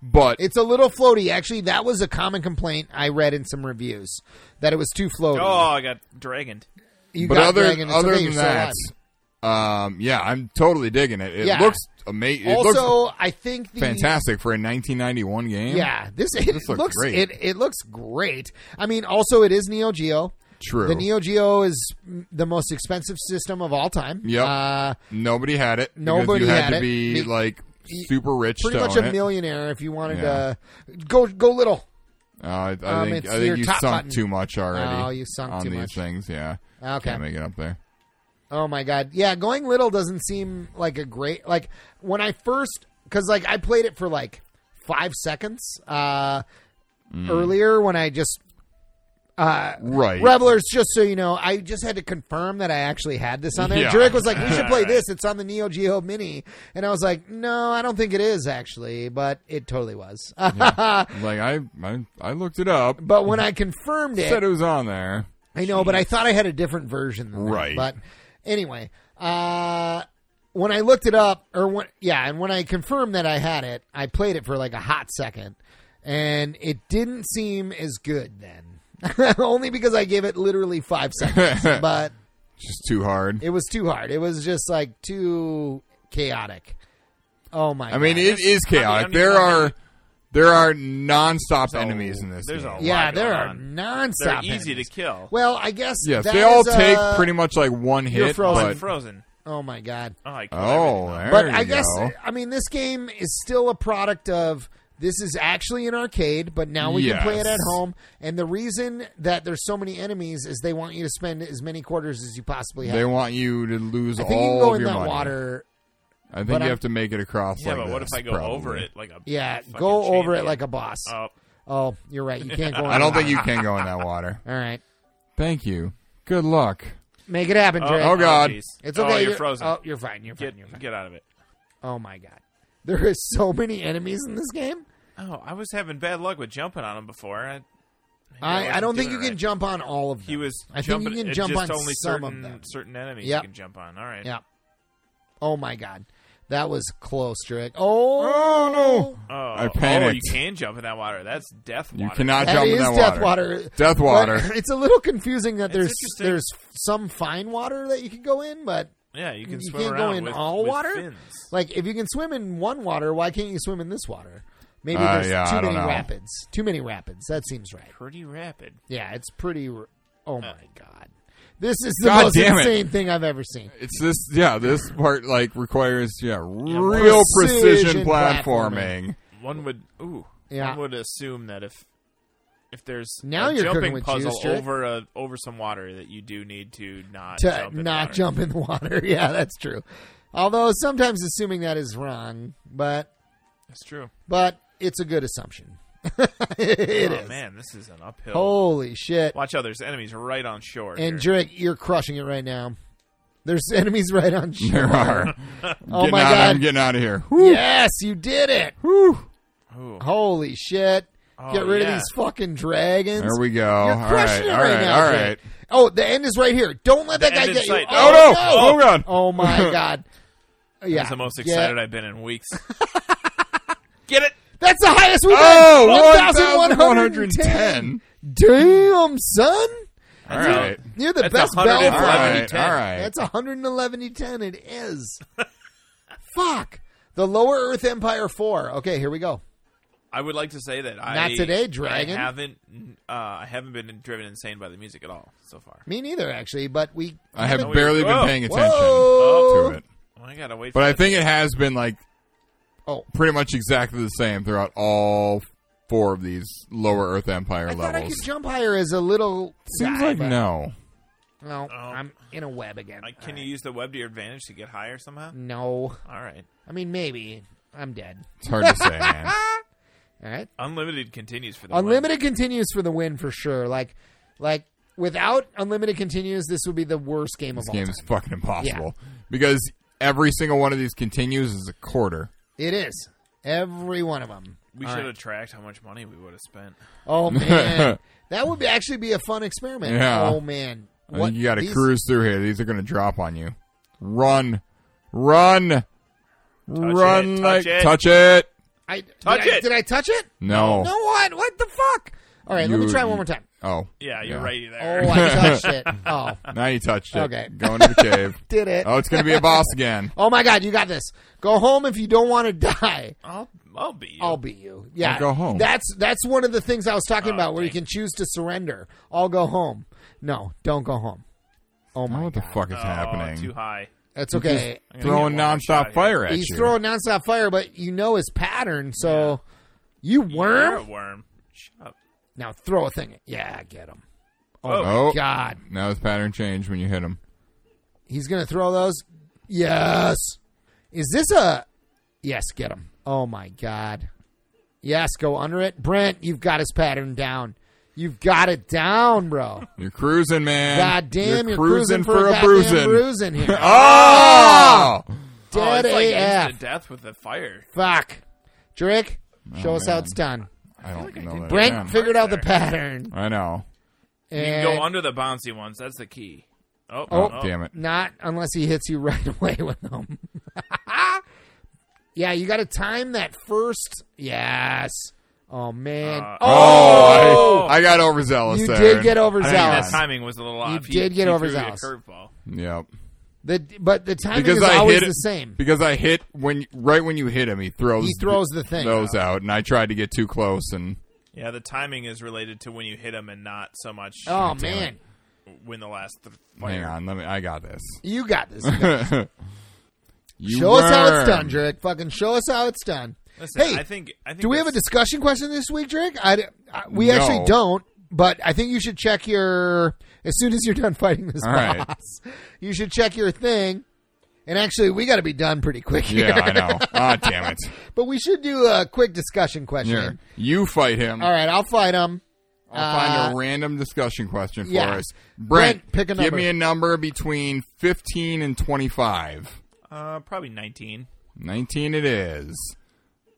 S2: But
S1: it's a little floaty. Actually, that was a common complaint I read in some reviews that it was too floaty.
S3: Oh, I got dragoned.
S1: you
S2: but
S1: got
S2: other
S1: Dragon, it's
S2: other
S1: okay, you're
S2: than
S1: still
S2: that,
S1: alive.
S2: um, yeah, I'm totally digging it. It
S1: Yeah.
S2: looks amazing. It looks
S1: also I think the
S2: fantastic for a 1991 game.
S1: Yeah, this it
S2: looks
S1: looks
S2: great.
S1: it it looks great. I mean, also it is Neo Geo.
S2: true.
S1: The Neo Geo is mm, the most expensive system of all time.
S2: Yep.
S1: Uh,
S2: Nobody had it. because
S1: Nobody
S2: you had,
S1: had
S2: to
S1: it.
S2: be
S1: Be-
S2: like super rich.
S1: pretty
S2: to
S1: much
S2: own
S1: a
S2: it.
S1: millionaire if you wanted
S2: Yeah.
S1: to go go little.
S2: Uh, I, I
S1: Um,
S2: think
S1: it's
S2: I think
S1: your
S2: you
S1: top
S2: sunk
S1: button.
S2: too much already.
S1: Oh, you sunk
S2: on
S1: too
S2: these
S1: much.
S2: things. Yeah.
S1: Okay.
S2: Can't make it up there.
S1: Oh my god. Yeah, going little doesn't seem like a great like when I first cuz like I played it for like 5 seconds uh earlier when I just
S2: Right.
S1: Revelers just so you know, I just had to confirm that I actually had this on there.
S2: Yeah.
S1: Drake was like, "We should play
S3: Alright.
S1: this. It's on the Neo Geo Mini." And I was like, "No, I don't think it is actually, but it totally was."
S2: like I, I I looked it up.
S1: but when I confirmed it,
S2: Said it was on there.
S1: I know, but I thought I had a different version. Than that.
S2: Right.
S1: But anyway, uh, when I looked it up, or when, yeah, and when I confirmed that I had it, I played it for like a hot second, and it didn't seem as good then. Only because I gave it literally five seconds, but
S2: It's Just too hard.
S1: it was too hard. It was just like too chaotic. Oh my!
S2: I mean,
S1: God.
S2: it is chaotic.
S3: I mean,
S2: there
S3: I mean-
S2: are there are nonstop
S3: So,
S2: enemies in this.
S3: there's
S2: game.
S3: a lot
S1: yeah,
S3: going
S1: there are
S3: on.
S1: nonstop.
S3: They're easy
S1: enemies.
S3: to kill.
S1: Well, I guess
S2: Yes,
S1: that
S2: they all
S1: is,
S2: take
S1: uh,
S2: pretty much like one
S1: you're
S2: hit.
S1: frozen.
S2: But,
S3: Frozen.
S1: Oh my god!
S3: Oh, I killed
S2: oh,
S3: everything.
S2: there
S1: But
S2: you
S1: I guess
S2: go.
S1: I mean this game is still a product of this is actually an arcade, but now we can play it
S2: Yes.
S1: at home. And the reason that there's so many enemies is they want you to spend as many quarters as you possibly have.
S2: they want you to lose
S1: I think you can
S2: all
S1: go
S2: of
S1: in
S2: your
S1: that
S2: money.
S1: water.
S2: I think
S1: but
S2: you
S1: I'm-
S2: have to make it across.
S3: Yeah,
S2: like
S3: but what if
S2: this,
S3: I go
S2: probably.
S3: over it like a
S1: Yeah,
S3: fucking
S1: go over it
S3: champion?
S1: like a boss.
S3: Oh,
S1: oh, you're right. You can't go. in
S2: I don't
S1: that
S2: think you can go in that
S1: water.
S2: water.
S1: All right,
S2: Thank you. Good luck.
S1: make it happen, Drake.
S2: oh, God.
S3: jeez.
S1: It's okay.
S3: Oh, you're frozen.
S1: Oh, you're fine. You're fine.
S3: get
S1: you're fine.
S3: get out of it.
S1: Oh my god, there are so many enemies in this game.
S3: Oh, I was having bad luck with jumping on him before. I, maybe
S1: I, I
S3: wasn't
S1: don't think you
S3: doing it
S1: can
S3: right.
S1: jump on all of them.
S3: He was.
S1: I think
S3: jumping,
S1: you can
S3: it's
S1: jump
S3: just
S1: on
S3: only
S1: some
S3: certain,
S1: of them.
S3: Certain enemies
S1: Yep.
S3: you can jump on. All right.
S1: Yeah. Oh my god, that was close, Drake. Oh,
S2: Oh no!
S3: Oh,
S2: I
S3: oh, you
S2: panicked.
S3: can jump in that water. That's death. Water.
S2: You cannot
S1: that
S2: jump
S1: is
S2: Oh, in that
S1: death
S2: water.
S1: water.
S2: Death
S1: But
S2: water.
S1: it's a little confusing that
S3: It's
S1: there's
S3: interesting.
S1: there's some fine water that you can go in, but
S3: Yeah, you can
S1: You
S3: swim
S1: can't go
S3: around
S1: in
S3: with,
S1: all
S3: with
S1: water?
S3: fins.
S1: like if you can swim in one water, why can't you swim in this water? Maybe
S2: Uh,
S1: there's
S2: yeah, I
S1: too
S2: don't
S1: many
S2: know.
S1: rapids. Too many rapids. That seems right.
S3: Pretty rapid.
S1: Yeah, it's pretty. r- Oh my god, this is the
S2: God
S1: most
S2: damn it.
S1: insane thing I've ever seen.
S2: It's this, yeah. This part like requires, yeah, real
S1: Precision
S2: precision
S1: platforming.
S2: platforming.
S3: One would. Ooh.
S1: Yeah.
S3: One would assume that if if there's
S1: Now
S3: a
S1: you're cooking
S3: jumping
S1: with
S3: puzzle
S1: juice, Jake.
S3: over a, over some water that you do need to not
S1: to
S3: jump in
S1: not
S3: water.
S1: jump in the water. Yeah, that's true. Although sometimes assuming that is wrong, but
S3: That's true.
S1: but it's a good assumption. It
S3: oh
S1: is.
S3: man, this is an uphill.
S1: Holy shit!
S3: Watch out! There's enemies right on shore.
S1: And
S3: here.
S1: Drake, you're crushing it right now. There's enemies right on
S2: There
S1: shore.
S2: are.
S1: Oh my
S2: out,
S1: god!
S2: I'm getting out of here.
S1: Yes, you did it!
S3: Ooh.
S1: Oh, Holy shit!
S3: Oh,
S1: Get rid
S3: yeah.
S1: of these fucking dragons.
S2: There we go.
S1: You're
S2: all right,
S1: crushing it
S2: all right,
S1: right now.
S2: all
S1: Drake.
S2: right.
S1: Oh, the end is right here. Don't let that
S3: The
S1: guy
S3: end in
S1: get you.
S3: sight.
S2: Oh, no! Oh, god!
S1: Oh my god! Yeah,
S3: That's the most excited
S1: Yeah.
S3: I've been in weeks. Get it?
S1: That's the highest we've
S2: Oh,
S1: had.
S2: 1,110.
S1: Damn, son.
S2: All right.
S1: You're the
S3: That's
S1: best bell.
S3: 111.
S2: All
S1: for-
S2: right.
S3: 110.
S2: All right.
S1: That's 111 10. It is. Fuck. The Lower Earth Empire 4. Okay, here we go.
S3: I would like to say that I
S1: Not today, dragon.
S3: I haven't. Uh, I haven't been driven insane by the music at all so far.
S1: Me neither, actually, but we.
S2: I have
S1: haven't-
S2: barely been
S3: Whoa.
S2: paying attention
S1: Whoa.
S2: to it.
S3: Well, I gotta wait.
S2: But
S3: for
S2: I
S3: this.
S2: think it has been like
S1: Oh.
S2: pretty much exactly the same throughout all four of these lower Earth Empire
S1: I thought I
S2: levels.
S1: could jump higher as a little.
S2: Seems
S1: guy,
S2: like
S1: but-
S2: no.
S1: No, I'm in a web again.
S3: Like, can e-
S1: All
S3: you use the web to your advantage to get higher somehow?
S1: right. No.
S3: All right.
S1: I mean, maybe. I'm dead.
S2: It's hard to say, man.
S1: All right.
S3: Unlimited continues for the win.
S1: Unlimited continues for the win for sure. Like, like without unlimited continues, this would be the worst game of
S2: This
S1: all
S2: game is
S1: time.
S2: fucking impossible because every single one of these continues is a quarter.
S1: It is every one of them.
S3: We should have tracked how much money we would have spent.
S1: Oh man, that would be- actually be a fun experiment.
S2: Yeah.
S1: Oh man,
S2: I think you got to
S1: these-
S2: cruise through here. These are going to drop on you. Run, run, run
S3: it, touch
S2: like
S3: it.
S2: touch it.
S1: I,
S3: Touch
S1: did I,
S3: it.
S1: Did I touch it?
S2: No.
S1: No. What? What the fuck? All right, let
S2: Oh. You-
S1: me try one more time.
S2: Oh,
S3: Yeah, you're right there.
S1: Oh, I touched it. Oh,
S2: Now you touched it.
S1: Okay.
S2: Going to the cave.
S1: did it?
S2: Oh, it's going to be a boss again.
S1: Oh my god, you got this. Go home if you don't want to die.
S3: I'll, I'll be you. Oh,
S1: I'll beat you. Yeah,
S2: I'll go home.
S1: That's that's one of the things I was talking about, where you can choose to surrender. I'll go home. No, don't go home. Oh
S2: Oh,
S1: my
S2: what the
S1: god,
S2: fuck is
S3: Oh,
S2: happening?
S3: Too high.
S1: that's okay.
S2: Throwing
S3: I'm gonna get one more shot
S2: nonstop
S3: here.
S2: fire at
S1: He's
S2: you.
S1: throwing nonstop fire, but you know his pattern. So you
S3: You're a
S1: worm
S3: worm. Shut up.
S1: now throw a thing. Yeah, get him.
S3: Oh,
S2: oh,
S1: God,
S2: now his pattern changed when you hit him.
S1: he's gonna throw those. Yes. Is this a? Yes, get him. Oh my god. Yes, go under it, Brent. You've got his pattern down. You've got it down, bro.
S2: You're cruising, man.
S1: God damn,
S2: you're
S1: you're cruising,
S2: for, a
S1: goddamn
S2: bruising.
S1: bruising here.
S2: Oh!
S3: oh,
S1: Dead
S3: it's like
S1: AF.
S3: instant death with the fire.
S1: Fuck. Drake, show us how
S2: Oh, man.
S1: it's done.
S2: I don't
S3: like I
S2: know
S3: did
S2: that.
S1: Brent
S2: again.
S1: figured out the
S3: There.
S1: pattern.
S2: I know.
S3: You can go
S1: and-
S3: under the bouncy ones. That's the key. Oh,
S2: Oh, damn it.
S1: Not unless he hits you right away with them. yeah, you got to time that first. Yes. Oh, man.
S3: Uh,
S2: Oh,
S3: Oh!
S2: I, I got overzealous
S1: you
S2: there.
S1: did get
S3: I think that
S1: overzealous.
S3: timing was a little off.
S1: did
S3: he,
S1: get
S3: he
S1: overzealous.
S3: Threw you a curveball.
S2: Yep.
S1: The but the timing
S2: Because
S1: is
S2: I
S1: always
S2: hit it-
S1: the same.
S2: because I hit when right when you hit him, he throws
S1: He throws the thing
S2: those out, and I tried to get too close, and
S3: Yeah, the timing is related to when you hit them and not so much
S1: Oh
S2: damn
S1: man,
S3: when the last th-
S2: hang
S3: player.
S2: on, let me. I got this.
S1: you got this.
S2: You
S1: show us how it's
S2: learn.
S1: done, Drake. Fucking show us how it's done.
S3: Listen,
S1: hey,
S3: I think I think
S1: do we have a
S3: that's-
S1: discussion question this week, Drake? I, I- we
S2: No.
S1: actually don't, but I think you should check your as soon as you're done fighting this
S2: All
S1: boss.
S2: right.
S1: You should check your thing. And actually, we got to be done pretty quick here.
S2: Yeah, I know. Ah, damn it.
S1: But we should do a quick discussion question.
S2: Here, you fight him.
S1: All right, I'll fight him.
S2: I'll find
S1: Uh,
S2: a random discussion question for
S1: yeah.
S2: us. Brent,
S1: Brent, pick a
S2: give
S1: number.
S2: me a number between 15 and 25.
S3: uh, probably nineteen.
S2: 19 it is.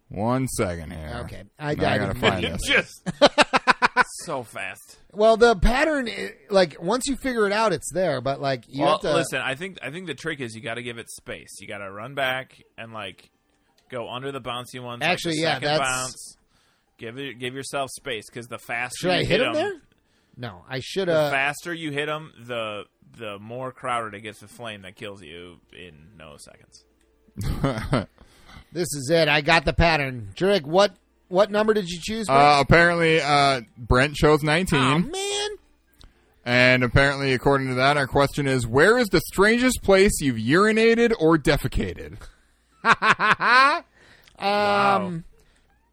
S2: One second here.
S1: Okay, I-
S2: Now
S1: I
S2: gotta
S1: didn't-
S2: find this.
S3: Just so fast.
S1: Well, the pattern, i- like once you figure it out, it's there. But like you
S3: well,
S1: have to
S3: listen. I think I think the trick is you got to give it space. You got to run back and like go under the bouncy ones. like, the
S1: Actually, yeah,
S3: second
S1: that's-
S3: bounce. Give it, give yourself space because the
S1: Should
S3: faster you
S1: I hit him Uh,
S3: 'em,
S1: there? No, I should
S3: the
S1: have.
S3: faster you hit them, the the more crowded it gets with flame that kills you in no seconds.
S1: This is it. I got the pattern. Drake, what what number did you choose? Brent?
S2: Uh, apparently, uh, Brent chose 19.
S1: Aw, man,
S2: And apparently, according to that, our question is Where is the strangest place you've urinated or defecated?
S3: Um,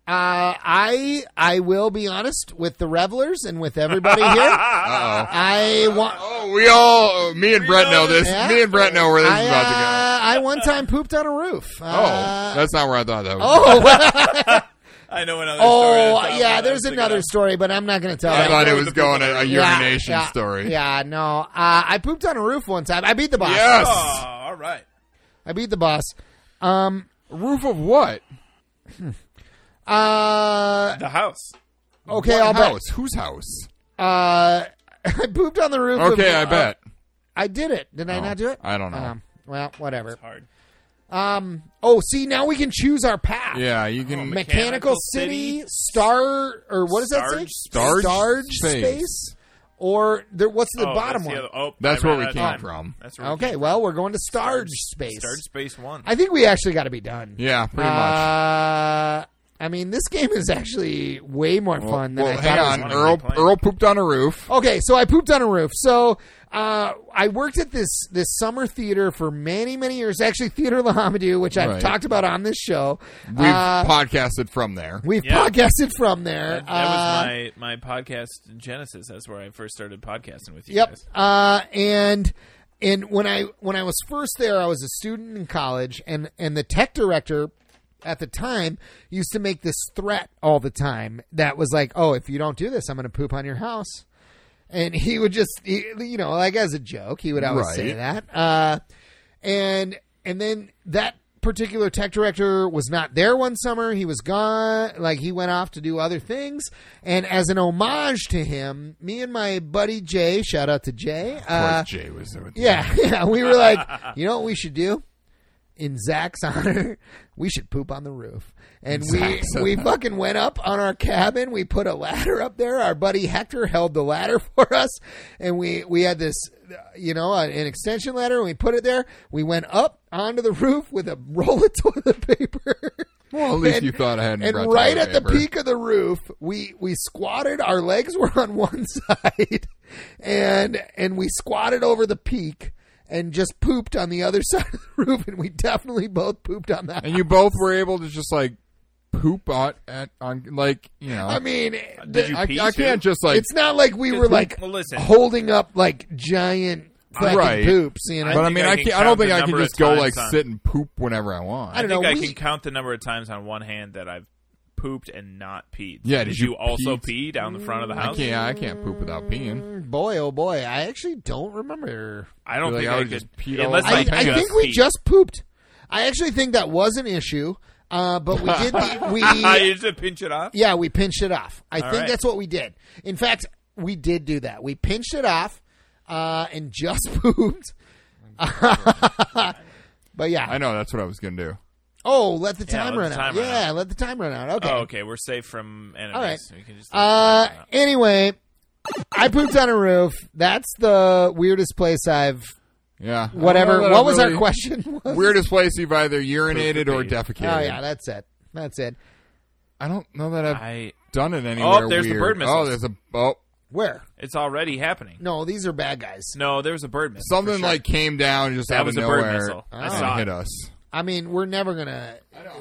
S1: uh, I I will be honest with the revelers and with everybody here.
S2: Uh oh.
S1: I want.
S2: Oh, we all, uh, me and Brent know this.
S1: Yeah.
S2: Me and Brent know where this
S1: I,
S2: is about to go.
S1: uh, I one time pooped on a roof.
S2: Oh,
S1: Uh,
S2: that's not where I thought that was.
S1: oh,
S3: I know another.
S1: oh, yeah. There's another story, but I'm not going to tell.
S2: I
S1: that.
S2: thought it
S3: that was
S2: was
S3: the
S2: going a,
S3: poop
S2: a
S3: on
S1: Yeah,
S2: urination
S1: yeah,
S2: story.
S1: Yeah, no. Uh, I pooped on a roof one time. I beat the boss.
S2: Yes.
S3: all right.
S1: I beat the boss. Um,
S2: Roof of what?
S1: uh,
S3: The house.
S1: okay,
S2: What
S1: I'll bet.
S2: house? Whose house?
S1: Uh, I pooped on the roof. of-
S2: Okay, I bet.
S1: uh, I did it. Did I
S2: Oh,
S1: not do it?
S2: I don't know.
S1: Um, well, whatever.
S3: Hard.
S1: Um. Oh, see, now we can choose our path.
S2: yeah, you can.
S1: Mechanical,
S3: Mechanical
S1: City,
S3: City,
S1: Star, or what does that say?
S2: Starge-
S1: Starge
S2: Space.
S1: Space. Or there, what's the
S3: Oh,
S1: bottom
S3: that's
S1: one?
S3: the other- oh,
S2: That's
S3: I
S2: where
S3: ran
S2: we
S3: out of
S2: came
S3: time.
S2: from.
S3: That's where we
S1: okay,
S3: came
S1: well, we're going to Starge,
S3: from.
S1: Space.
S3: Starge Space One.
S1: I think we actually got to be done.
S2: yeah, pretty much.
S1: Uh, I mean, this game is actually way more fun than
S2: well,
S1: I
S2: hang
S1: thought. it
S2: on.
S1: was.
S3: one
S2: Earl,
S3: of my plans.
S2: Earl pooped on a roof.
S1: Okay, so I pooped on a roof. So uh, I worked at this this summer theater for many many years. Actually, Theater La Hamadou, which I've
S2: Right.
S1: talked about on this show.
S2: We've
S1: uh,
S2: podcasted from there.
S1: we've
S3: Yeah.
S1: podcasted from there.
S3: That, that was
S1: Uh,
S3: my my podcast Genesis. That's where I first started podcasting with you
S1: Yep.
S3: guys.
S1: Uh, and and when I when I was first there, I was a student in college, and and the tech director at the time used to make this threat all the time that was like, "Oh, if you don't do this, I'm going to poop on your house." And he would just, he- you know, like as a joke, he would always say that. Uh, and and then that particular tech director was not there one summer he was gone like he went off to do other things and as an homage to him me and my buddy jay shout out to jay
S2: of
S1: uh,
S2: course, Jay was there with
S1: yeah yeah we were like you know what we should do in Zach's honor, we should poop on the roof. And we
S2: Zach's
S1: we
S2: honor.
S1: fucking went up on our cabin. We put a ladder up there. Our buddy Hector held the ladder for us, and we we had this, uh, you know, an an extension ladder. And we put it there. We went up onlu the roof with a roll of toilet paper.
S2: Well, at least
S1: And-
S2: you thought I hadn't
S1: and
S2: brought
S1: right
S2: toilet
S1: at the
S2: paper.
S1: peak of the roof, we we squatted. Our legs were on one side, and and we squatted over the peak and just pooped on the other side of the roof. And we definitely both pooped on that.
S2: And you both were able to just like poop on, at, on like, you know.
S1: I mean,
S3: did you
S1: I-
S3: pee
S2: I can't
S3: too?
S2: just like.
S1: it's not like we were
S3: Well,
S1: like
S3: listen.
S1: holding up like giant fucking
S2: Right.
S1: poops, you know.
S2: but I,
S3: think
S2: mean,
S3: I
S2: I,
S3: can
S2: can't, I don't
S3: count
S2: think
S3: the
S2: I can
S3: number of
S2: just go
S3: times
S2: like
S3: on-
S2: sit and poop whenever I want.
S1: I don't know.
S3: think I
S1: we-
S3: can count the number of times on one hand that I've pooped and not peed.
S2: Yeah,
S3: did,
S2: did
S3: you,
S2: you
S3: also
S2: pee?
S3: pee down the front of
S1: Mm.
S3: the
S2: I
S3: house?
S2: can't. I can't poop without peeing.
S1: boy, oh boy, I actually don't remember.
S3: I don't
S2: Like,
S3: think
S2: I
S3: I,
S2: would
S3: could.
S2: just pee all
S3: unless
S2: over
S1: I,
S3: I,
S2: my
S1: I
S2: pants.
S1: think we
S3: peed.
S1: just pooped. I actually think that was an issue, uh, but we did. we
S3: you just pinch it off.
S1: Yeah, we pinched it off. I think
S3: right.
S1: that's what we did. In fact, we did do that. We pinched it off uh, and just pooped. but yeah.
S2: I know that's what I was gonna do.
S1: Oh, let the
S3: Yeah,
S1: time
S3: let
S1: run
S3: the
S1: out.
S3: time run
S1: yeah, let the time run out. Okay.
S3: Oh, okay. We're safe from enemies.
S1: All right.
S3: We can just
S1: Uh, anyway, I pooped on a roof. That's the weirdest place I've
S2: Yeah. I
S1: Whatever.
S2: don't know that
S1: What
S2: I'm
S1: was
S2: really-
S1: our question? Was-
S2: Weirdest place you've either urinated or defecated.
S1: Oh yeah, that's it. That's it.
S2: I don't know that I've
S3: I
S2: done it anywhere.
S3: Oh, there's the
S2: weird.
S3: bird missiles.
S2: Oh, there's a oh
S1: Where?
S3: it's already happening.
S1: No, these are bad guys.
S3: No, there was a bird missile.
S2: something
S3: for sure.
S2: like came down just
S3: That
S2: out
S3: was
S2: of
S3: a bird
S2: nowhere
S3: missile. I
S2: and
S3: saw
S2: hit
S3: it.
S2: us.
S1: I mean, we're never gonna.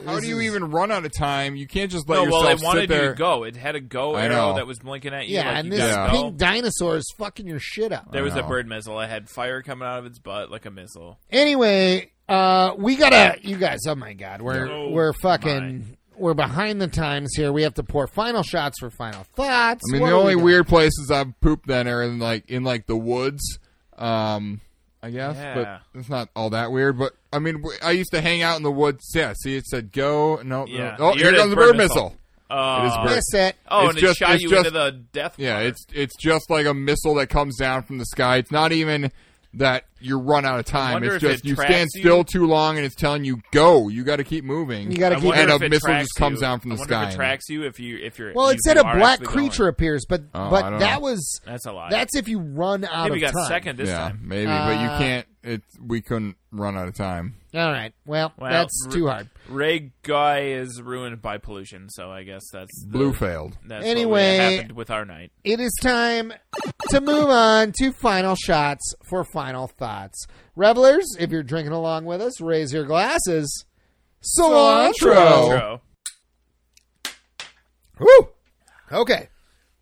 S2: How
S1: this
S2: do you
S1: is-
S2: even run out of time? You can't just let
S3: No,
S2: yourself
S3: well, it wanted
S2: sit there.
S3: you to go. It had a go
S2: I
S3: arrow
S2: know.
S3: that was blinking at you.
S1: Yeah,
S3: like,
S1: and
S3: you
S1: this
S3: gotta go.
S1: pink dinosaur is fucking your shit up.
S3: There was a
S2: know.
S3: bird missile. I had fire coming out of its butt like a missile.
S1: Anyway, uh, we gotta. You guys, oh my god, we're
S3: No.
S1: we're fucking. We're behind the times here. We have to pour final shots for final thoughts.
S2: I mean,
S1: What
S2: the
S1: are we
S2: only
S1: doing?
S2: weird places I've pooped then are in like in like the woods. Um, I guess,
S3: Yeah.
S2: but it's not all that weird. But I mean, w- I used to hang out in the woods. Yeah, see, it said go. No, no.
S3: Yeah.
S2: oh,
S3: You're
S2: here comes the bird missile.
S3: Oh.
S2: It is bird.
S1: Miss it.
S3: Oh,
S2: It's
S3: and
S2: just-
S3: it shot
S2: it's
S3: you
S2: just-
S3: into the death.
S2: Yeah,
S3: water.
S2: it's it's just like a missile that comes down from the sky. It's not even that you run out of time.
S3: wonder
S2: It's
S3: if
S2: just
S3: it
S2: you
S3: tracks
S2: stand
S3: you.
S2: still too long, and it's telling you go. You got to keep moving.
S1: You gotta
S3: I
S1: keep
S3: wonder
S2: and
S3: if
S2: a
S3: it
S2: missile
S3: tracks
S2: just comes
S3: you.
S2: down from the
S3: I wonder if
S2: sky.
S3: it tracks you if you if you're
S1: Well,
S3: you-
S1: it said
S3: you
S1: a
S3: are
S1: black
S3: actually going.
S1: creature appears, but
S2: Oh, I
S1: but
S2: don't
S1: that
S2: know.
S1: was
S3: That's a lie.
S1: that's if you run out
S3: Maybe we
S1: of
S3: got
S1: time.
S3: second this
S2: yeah,
S3: time.
S2: maybe, but you
S1: Uh,
S2: can't. It we couldn't run out of time.
S1: All right. Well,
S3: Well,
S1: that's
S3: r-
S1: too hard.
S3: Ray Guy is ruined by pollution, so I guess that's the,
S2: Blue failed.
S3: That's
S1: Anyway-
S3: what we- happened with our night.
S1: It is time to move on to final shots for final thoughts. Revelers, if you're drinking along with us, raise your glasses.
S2: Oh.
S1: Cilantro.
S3: True.
S1: Woo. Okay.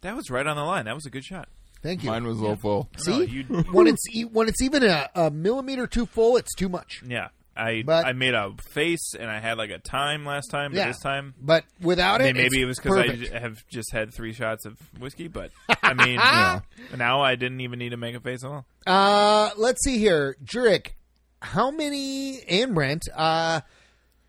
S3: That was right on the line. That was a good shot.
S1: Thank you.
S2: Mine was a little full.
S1: See,
S3: No, you-
S1: when it's e- when it's even a, a millimeter too full, it's too much.
S3: Yeah, I
S1: But-
S3: I made a face and I had like a time last time, but
S1: Yeah.
S3: this time
S1: But without
S3: I
S1: it,
S3: mean, maybe
S1: it's
S3: it was because I
S1: perfect.
S3: j- have just had three shots of whiskey, but I mean, now I didn't even need to make a face at all.
S1: Uh, let's see here, Jurek. How many and Brent? Uh,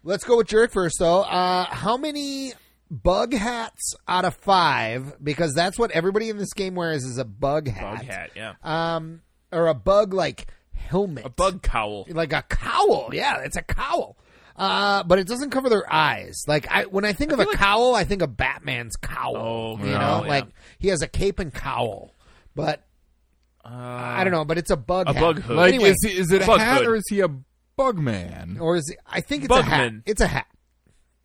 S1: let's go with Jurek first, though. Uh, how many bug hats out of five? Because that's what everybody in this game wears is a bug hat,
S3: Bug hat, yeah,
S1: um, or a bug like helmet,
S3: a bug cowl.
S1: like a cowl. Yeah, it's a cowl. Uh, but it doesn't cover their eyes. Like I, when I think of a cowl, I think of Batman's cowl.
S3: Oh,
S1: you
S3: yeah.
S1: know,
S3: yeah.
S1: like he has a cape and cowl. But
S3: Uh,
S1: I don't know. But it's a bug.
S3: a
S1: hat.
S3: bug hood.
S2: Like,
S1: Anyway,
S2: is, he, is it a
S3: bug
S2: hat
S3: hood.
S2: or is he a bug man?
S1: or is he, I think it's a hat.
S3: Bugman.
S1: It's a hat.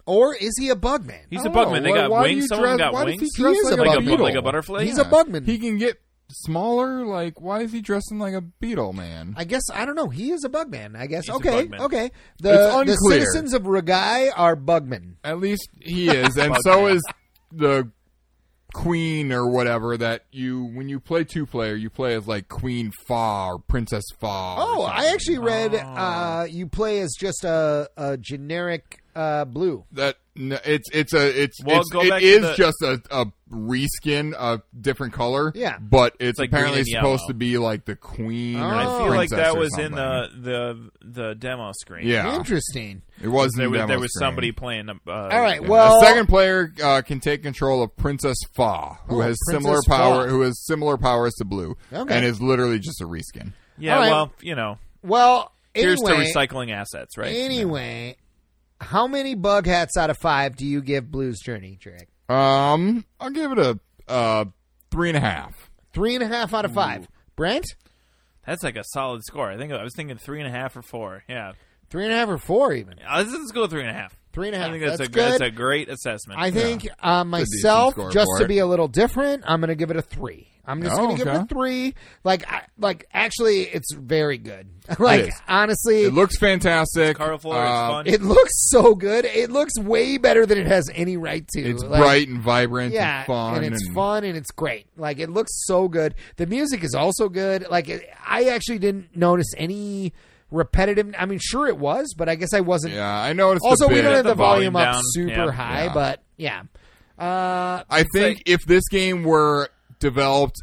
S1: Or is he a bugman?
S3: He's
S2: I
S3: a
S2: don't
S3: bugman.
S2: know.
S3: They
S2: Why-
S3: got
S2: Oh, why do
S3: wings.
S2: you
S3: Someone
S2: dress-
S3: got
S2: why does
S3: wings.
S2: he dress
S1: He is
S2: like,
S1: a
S2: a,
S3: like a,
S1: beetle?
S3: like a butterfly.
S1: He's
S3: yeah.
S1: a bugman.
S2: He can get smaller. Like, why is he dressing like a beetle man?
S1: I guess I don't know. He is a bugman. I guess
S3: He's a
S1: okay,
S3: bugman.
S1: okay. The,
S2: It's
S1: the
S2: unclear.
S1: citizens of Ragai are bugmen.
S2: At least he is, and
S3: Bug
S2: so
S3: man.
S2: is the queen or whatever that you when you play two player you play as like Queen Fa or Princess Fa. or
S1: Oh, I
S2: something.
S1: actually read uh, you play as just a, a generic uh, blue.
S2: that no, it's it's a it's,
S3: Well,
S2: it's
S3: go
S2: it
S3: back to
S2: is
S3: the-
S2: just a, a reskin a different color.
S1: Yeah.
S2: but it's,
S3: like green
S2: apparently
S3: and
S2: supposed
S3: yellow.
S2: to be like the queen.
S1: Oh.
S2: Or
S3: I
S1: Oh.
S3: feel like
S2: princess
S3: that
S2: or
S3: was in
S2: something.
S3: the the the demo screen.
S2: yeah.
S1: Interesting.
S2: It was in
S3: there
S2: the
S3: was
S2: demo
S3: there was
S2: screen.
S3: somebody playing. Uh,
S1: All right.
S2: Yeah.
S1: Well,
S2: a second player uh, can take control of Princess Fa,
S1: Oh,
S2: who has
S1: Princess
S2: similar
S1: Fa.
S2: power, who has similar powers to Blue,
S1: Okay.
S2: and is literally just a reskin.
S3: Yeah.
S1: All right.
S3: Well, you know,
S1: Well,
S3: here's
S1: anyway,
S3: to recycling assets, right?
S1: anyway, how many bug hats out of five do you give Blue's Journey, Drake?
S2: Um, I'll give it a uh, three and a half.
S1: Three and a half out of five. Brent,
S3: That's like a solid score. I think I was thinking three and a half or four. Yeah.
S1: three and a half or four even.
S3: Uh, Let's, let's go with three and a half.
S1: Three and a half.
S3: I think that's,
S1: That's
S3: a good. that's
S1: good.
S3: a great assessment.
S1: I think uh,
S2: decent
S1: myself,
S2: score
S1: just
S2: for
S1: to
S2: it.
S1: be a little different, I'm going to give it a three. I'm just
S2: Oh,
S1: going to give it a
S2: okay.
S1: three. Like, I, like actually, it's very good. like,
S2: is.
S1: honestly,
S2: It looks fantastic.
S3: colorful.
S2: Uh,
S3: it's fun.
S1: Um, it looks so good. It looks way better than it has any right to.
S2: It's
S1: Like,
S2: bright and vibrant
S1: yeah,
S2: and fun.
S1: and it's fun and it's great. Like, it looks so good. The music is also good. Like, it, I actually didn't notice any repetitive. I mean, sure it was, but I guess I wasn't.
S2: Yeah, I noticed. a
S1: Also, we
S2: bit.
S1: don't have the,
S3: The
S1: volume,
S3: volume
S1: up
S3: down.
S1: super
S3: Yeah.
S1: high,
S2: Yeah.
S1: but yeah. Uh,
S2: I think
S3: like-
S2: if this game were developed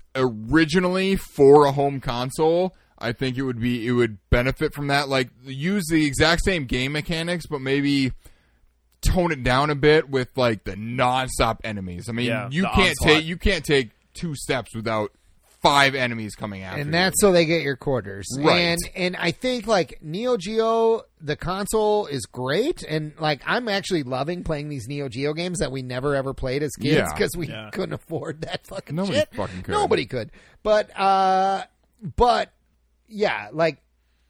S2: originally for a home console, I think it would be it would benefit from that. Like use the exact same game mechanics, but maybe tone it down a bit with like the nonstop enemies. I mean,
S3: Yeah,
S2: you
S3: the
S2: can't
S3: onslaught.
S2: take you can't take two steps without five enemies coming after you.
S1: and that's so they get your quarters
S2: Right.
S1: and and i think like neo geo the console is great and like i'm actually loving playing these neo geo games that we never ever played as kids
S2: Yeah.
S1: because we
S3: Yeah.
S1: couldn't afford that fucking
S2: Nobody
S1: shit
S2: fucking could.
S1: nobody could but uh but yeah like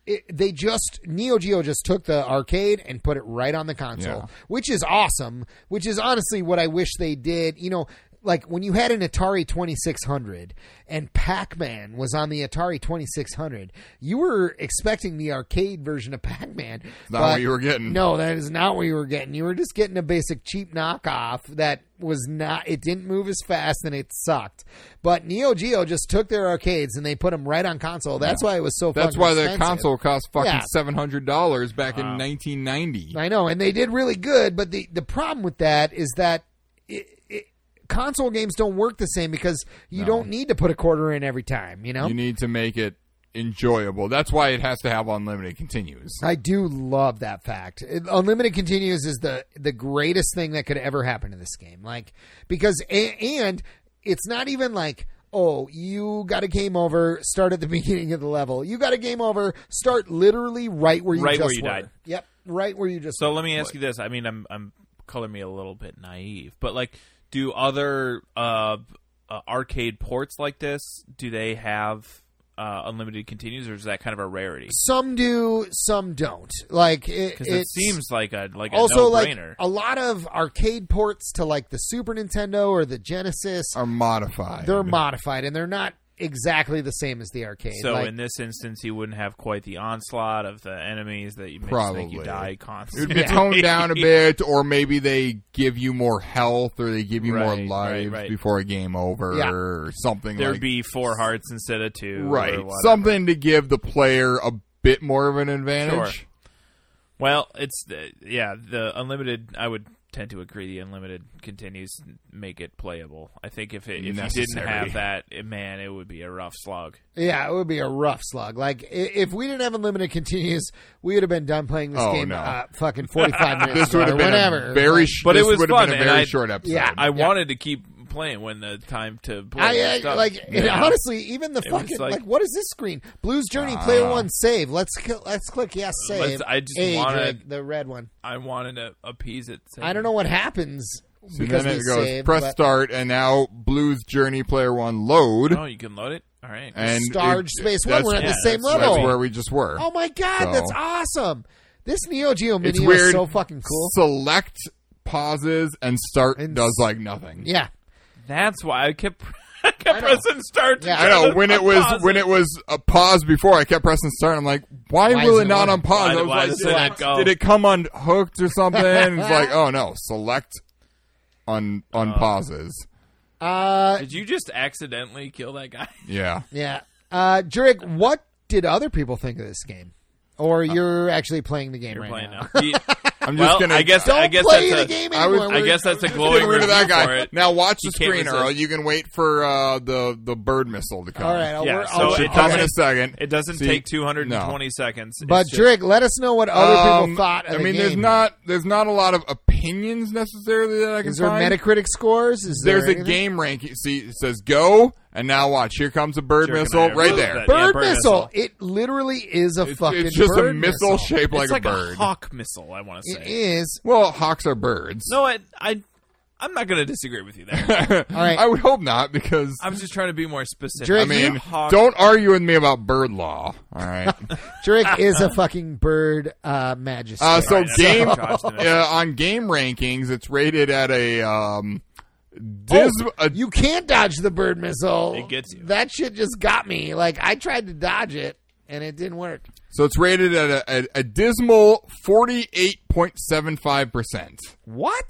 S1: it, they just Neo Geo just took the arcade and put it right on the console,
S2: Yeah.
S1: which is awesome. Which is honestly what I wish they did. You know, like when you had an Atari Twenty Six Hundred and Pac Man was on the Atari Twenty Six Hundred, you were expecting the arcade version of Pac Man.
S2: not what you were getting.
S1: No, that is not what you were getting. You were just getting a basic cheap knockoff that was not. It didn't move as fast and it sucked. But Neo Geo just took their arcades and they put them right on console. That's why it was so.
S2: That's
S1: fucking
S2: why the
S1: expensive.
S2: console cost fucking
S1: Yeah.
S2: seven hundred dollars back
S3: Wow.
S2: in nineteen ninety.
S1: I know, and they did really good. But the the problem with that is that it, it, console games don't work the same because you don't need to put a quarter in every time. You know.
S2: You need to make it enjoyable. That's why it has to have unlimited continues.
S1: I do love that fact. It- Unlimited continues is the the greatest thing that could ever happen to this game. Like because a- and it's not even like oh you got a game over start at the beginning of the level. You got a game over start literally right where you
S3: Right
S1: just
S3: where you
S1: were.
S3: died.
S1: Yep, right where you just
S3: So let me ask you this. I mean, I'm I'm color me a little bit naive, but like, do other uh, uh arcade ports like this do they have uh, unlimited continues, or is that kind of a rarity?
S1: some do, some don't. Like it,
S3: Because it
S1: it's-
S3: seems like a like a
S1: also like
S3: no-brainer.
S1: a lot of arcade ports to like the Super Nintendo or the Genesis.
S2: Are modified.
S1: They're modified and they're not exactly the same as the arcade.
S3: so
S1: Like-
S3: in this instance, you wouldn't have quite the onslaught of the enemies that you makes- make you
S2: Probably.
S3: die
S2: It
S3: constantly.
S2: would be toned down a bit, or maybe they give you more health, or they give you more
S3: Right,
S2: lives
S3: right, right.
S2: before a game over,
S1: Yeah.
S2: or something
S3: There'd
S2: like
S3: be four hearts instead of two. or
S2: right.
S3: whatever.
S2: Something to give the player a bit more of an advantage.
S3: Sure. Well, it's the, yeah, the unlimited. I would tend to agree. The unlimited continues to make it playable. I think if it, if you didn't
S2: Necessary.
S3: have that, eh, man, it would be a rough slog.
S1: Yeah, it would be a rough slug. Like i- if we didn't have unlimited continues, we would have been done playing this
S2: Oh,
S1: game
S2: no.
S1: uh, fucking forty five minutes.
S2: This would have
S1: or
S2: been
S1: whatever.
S2: a very,
S1: Like,
S2: sh-
S3: But it
S2: this
S3: was
S2: would have
S3: fun,
S2: been a
S3: and
S2: very
S3: I-
S2: short episode.
S1: Yeah.
S3: I
S1: Yeah.
S3: wanted to keep playing when the time to play.
S1: I,
S3: was
S1: I uh,
S3: done.
S1: like and
S3: Yeah.
S1: honestly, even the
S3: It was
S1: fucking like,
S3: like- Ah.
S1: what is this screen? Blues Journey, player one, save. Let's cl- let's click yes, save.
S3: Let's- I just
S1: Age,
S3: wanna-
S1: like, the red one.
S3: I wanted to appease it. so-
S1: I don't know what happens
S2: So
S1: because
S2: then
S1: they
S2: it goes
S1: save.
S2: press
S1: but
S2: start, and now Blues Journey Player One load,
S3: Oh, you can load it. All right.
S2: and
S1: Starred
S2: it-
S1: Space One,
S2: that's-
S1: we're at
S3: yeah,
S1: the same
S3: that's-
S1: level.
S2: That's where we just were.
S1: oh my god,
S2: So-
S1: that's awesome! This Neo Geo
S2: it's
S1: mini
S2: weird.
S1: is so fucking cool.
S2: Select pauses and start
S1: And
S2: does like nothing.
S1: yeah,
S3: That's why I kept I kept
S1: know.
S3: pressing start. To
S1: Yeah.
S2: I know when it was when it was a pause before I kept pressing start. I'm like, why,
S1: Why
S2: will
S1: isn't
S2: it not
S1: it
S2: on
S1: working?
S2: pause? I
S3: Why-
S2: was
S3: why
S2: like,
S3: doesn't
S2: did,
S3: that go?
S2: did it come unhooked or something? it's like, oh no, select on
S3: Oh.
S2: on pauses.
S1: uh,
S3: Did you just accidentally kill that guy?
S2: Yeah,
S1: Yeah. Uh, Jurek, what did other people think of this game? Or
S2: Uh,
S1: you're actually playing the game
S3: You're
S1: right
S3: playing
S1: now.
S3: now. Do you-
S2: I'm just
S3: well,
S2: gonna.
S3: I guess
S1: Don't
S3: I guess
S1: play the
S3: that's a,
S1: game
S2: I was-
S1: anymore.
S3: I
S1: We're-
S3: guess that's a glowing
S2: Get rid
S3: review
S2: of that
S3: for
S2: guy.
S3: it.
S2: Now watch the
S3: You can't
S2: screen,
S3: resist.
S2: Earl. You can wait for uh, the the bird missile to come.
S1: All right, I'll,
S3: Yeah,
S1: we're-
S3: so
S1: I'll
S3: it
S2: should
S1: I'll-
S2: come in a second.
S3: It doesn't
S2: See,
S3: take 220 seconds. It's
S1: But
S3: just-
S1: Jurek, let us know what other
S2: Um,
S1: people thought of
S2: I
S1: the
S2: mean,
S1: game.
S2: there's not there's not a lot of opinions necessarily that I can
S1: Is there
S2: find.
S1: Metacritic scores? Is
S2: There's
S1: there
S2: a
S1: anything?
S2: game ranking. See, it says go, and now watch. Here comes a bird
S3: Jerking
S2: missile
S3: iron.
S2: right
S3: Look at
S2: there.
S3: that.
S1: Bird,
S3: Yeah, bird
S1: missile.
S3: missile.
S1: It literally is a
S2: It's,
S1: fucking.
S2: it's just a
S1: bird
S2: missile, shaped like
S3: it's like
S2: a bird.
S3: hawk missile. I want to
S1: It
S3: say.
S1: is.
S2: well, hawks are birds.
S3: No, I, I I'm not going to disagree with you there.
S1: right.
S2: I would hope not because
S3: I'm just trying to be more specific.
S1: Drake,
S2: I
S1: you-
S2: mean,
S3: hawk,
S2: don't argue with me about bird law. All right.
S1: Jurek is a fucking bird uh, magistrate.
S2: Uh, so
S3: Sorry, that's
S2: game
S3: not Josh Smith.
S2: uh, on game rankings, it's rated at a um,
S1: Oh.
S2: dis- a
S1: you can't dodge the bird missile.
S3: It gets you.
S1: That shit just got me. Like I tried to dodge it and it didn't work.
S2: So it's rated at a, a, a dismal forty eight point seven five percent.
S1: What?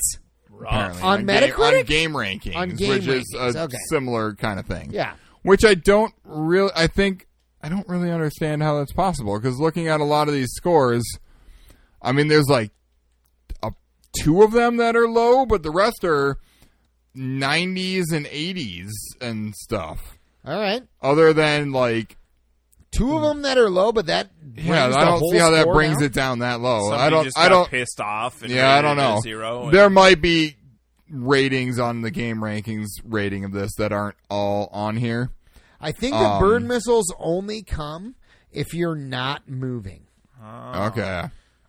S3: Rough.
S1: On Metacritic?
S2: game, on game rankings,
S1: On game
S2: which is
S1: rankings,
S2: a
S1: okay.
S2: similar kind of thing.
S1: Yeah.
S2: which I don't really. I think I don't really understand how that's possible because looking at a lot of these scores, I mean, there's like a, two of them that are low, but the rest are nineties and eighties and stuff.
S1: All right.
S2: Other than like,
S1: Two of them that are low, but that
S2: yeah, I don't see how that brings it down that low.
S3: Somebody
S2: I don't.
S3: Just
S2: I
S3: got
S2: don't.
S3: Pissed off. And
S2: Yeah, I
S3: rated
S2: don't
S3: it a
S2: know.
S3: Zero. and-
S2: There might be ratings on the game rankings rating of this that aren't all on here.
S1: I think the
S2: Um,
S1: bird missiles only come if you're not moving.
S3: Oh.
S2: Okay.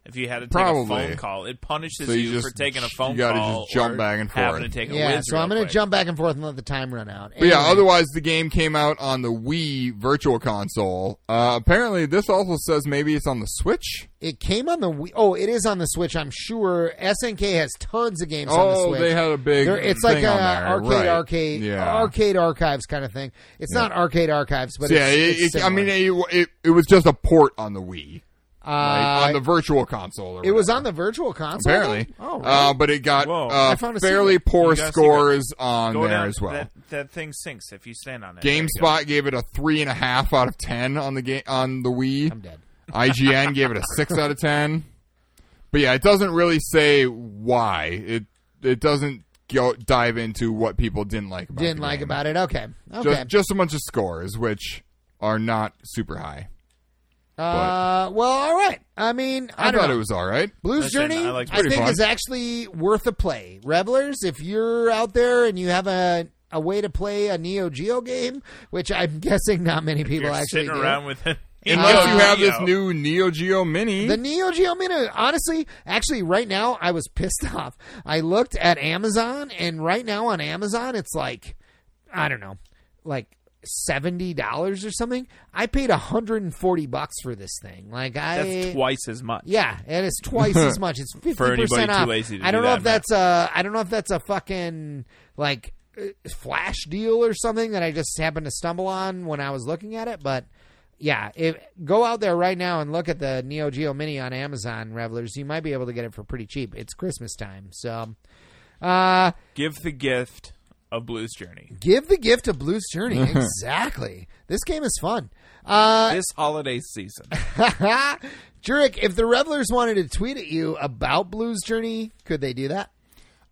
S3: If you had to take a
S2: Probably.
S3: phone call, it punishes
S2: So
S3: you,
S2: you just-
S3: for taking a
S2: you
S3: phone
S2: gotta
S3: call.
S2: just jump
S3: or
S2: back and
S3: having
S2: forth.
S3: to take a
S1: yeah,
S3: whiz
S1: so I'm
S3: real
S1: going to
S3: quick.
S1: jump back and forth and let the time run out.
S2: But yeah,
S1: Anyway,
S2: otherwise the game came out on the Wii Virtual Console. Uh, apparently, this also says maybe it's on the Switch.
S1: it came on the Wii. Oh, it is on the Switch. I'm sure SNK has tons of games on the
S2: oh,
S1: Switch.
S2: they had a big.
S1: They're- it's
S2: thing
S1: like a
S2: on there.
S1: arcade,
S2: right.
S1: arcade,
S2: Yeah.
S1: arcade archives kind of thing. It's not arcade archives, but
S2: So, yeah,
S1: it's,
S2: it,
S1: it's
S2: it- I
S1: similar.
S2: mean, it, it, it was just a port on the Wii, like,
S1: Uh,
S2: on the Virtual Console. Or
S1: it was
S2: whatever.
S1: on the virtual console.
S2: apparently.
S1: though? Oh,
S2: uh,
S1: really?
S2: but it got
S3: Whoa.
S1: I
S2: uh,
S1: found a
S2: fairly
S1: secret.
S2: poor
S3: You got a secret.
S2: scores on
S3: Go
S2: there
S3: down-
S2: as well.
S3: That, that thing sinks if you stand on it. There you go.
S2: GameSpot gave it a three and a half out of ten on the game on the
S1: I'm
S2: Wii.
S1: dead.
S2: IGN gave it a six out of ten. But yeah, it doesn't really say why. It it doesn't go dive into what people didn't like about
S1: Didn't
S2: the
S1: like
S2: game.
S1: about it. Okay, okay.
S2: Just, just a bunch of scores, which are not super high.
S1: uh, well, all right. I mean, I,
S2: I,
S1: don't
S2: thought
S1: know.
S2: it was all right.
S1: Blues
S3: Listen,
S1: Journey,
S3: I
S1: I,
S3: liked it.
S2: Pretty
S1: think,
S2: fun.
S1: is actually worth a play. Revelers, if you're out there and you have a a way to play a Neo Geo game, which I'm guessing not many people
S3: You're
S1: actually
S3: sitting
S1: do.
S3: around with it.
S2: Unless you have
S3: Yo.
S2: this new Neo Geo Mini.
S1: The Neo Geo Mini, honestly, actually, right now I was pissed off. I looked at Amazon, and right now on Amazon, it's like, I don't know, like seventy dollars or something. I paid hundred and forty bucks for this thing. Like I,
S3: That's twice as much.
S1: yeah, and it's twice as much. It's fifty
S3: For anybody
S1: percent
S3: too
S1: off.
S3: lazy to
S1: I don't
S3: do
S1: know
S3: that,
S1: if that's a. I don't know if that's a fucking like uh, flash deal or something that I just happened to stumble on when I was looking at it. But yeah, if go out there right now and look at the Neo Geo Mini on Amazon, revelers, you might be able to get it for pretty cheap. It's Christmas time, so. Uh,
S3: Give the gift of Blues Journey.
S1: give the gift of Blues Journey. Exactly. this game is fun. Uh,
S3: This holiday season.
S1: Jurek, if the revelers wanted to tweet at you about Blues Journey, could they do that?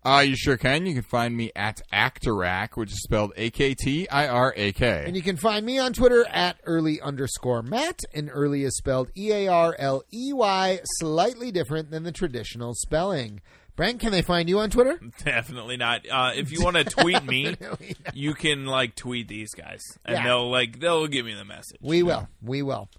S2: Uh, you sure can. You can find me at Actirac, which is spelled A K T I R A
S1: And
S2: K.
S1: you can find me on Twitter at early underscore Matt, and early is spelled E A R L E Y, slightly different than the traditional spelling. Brent, can they find you on Twitter?
S3: Definitely not. Uh, if you want to tweet me,
S1: Definitely
S3: you can like tweet these guys, and
S1: Yeah.
S3: they'll like they'll give me the message.
S1: We will. We will.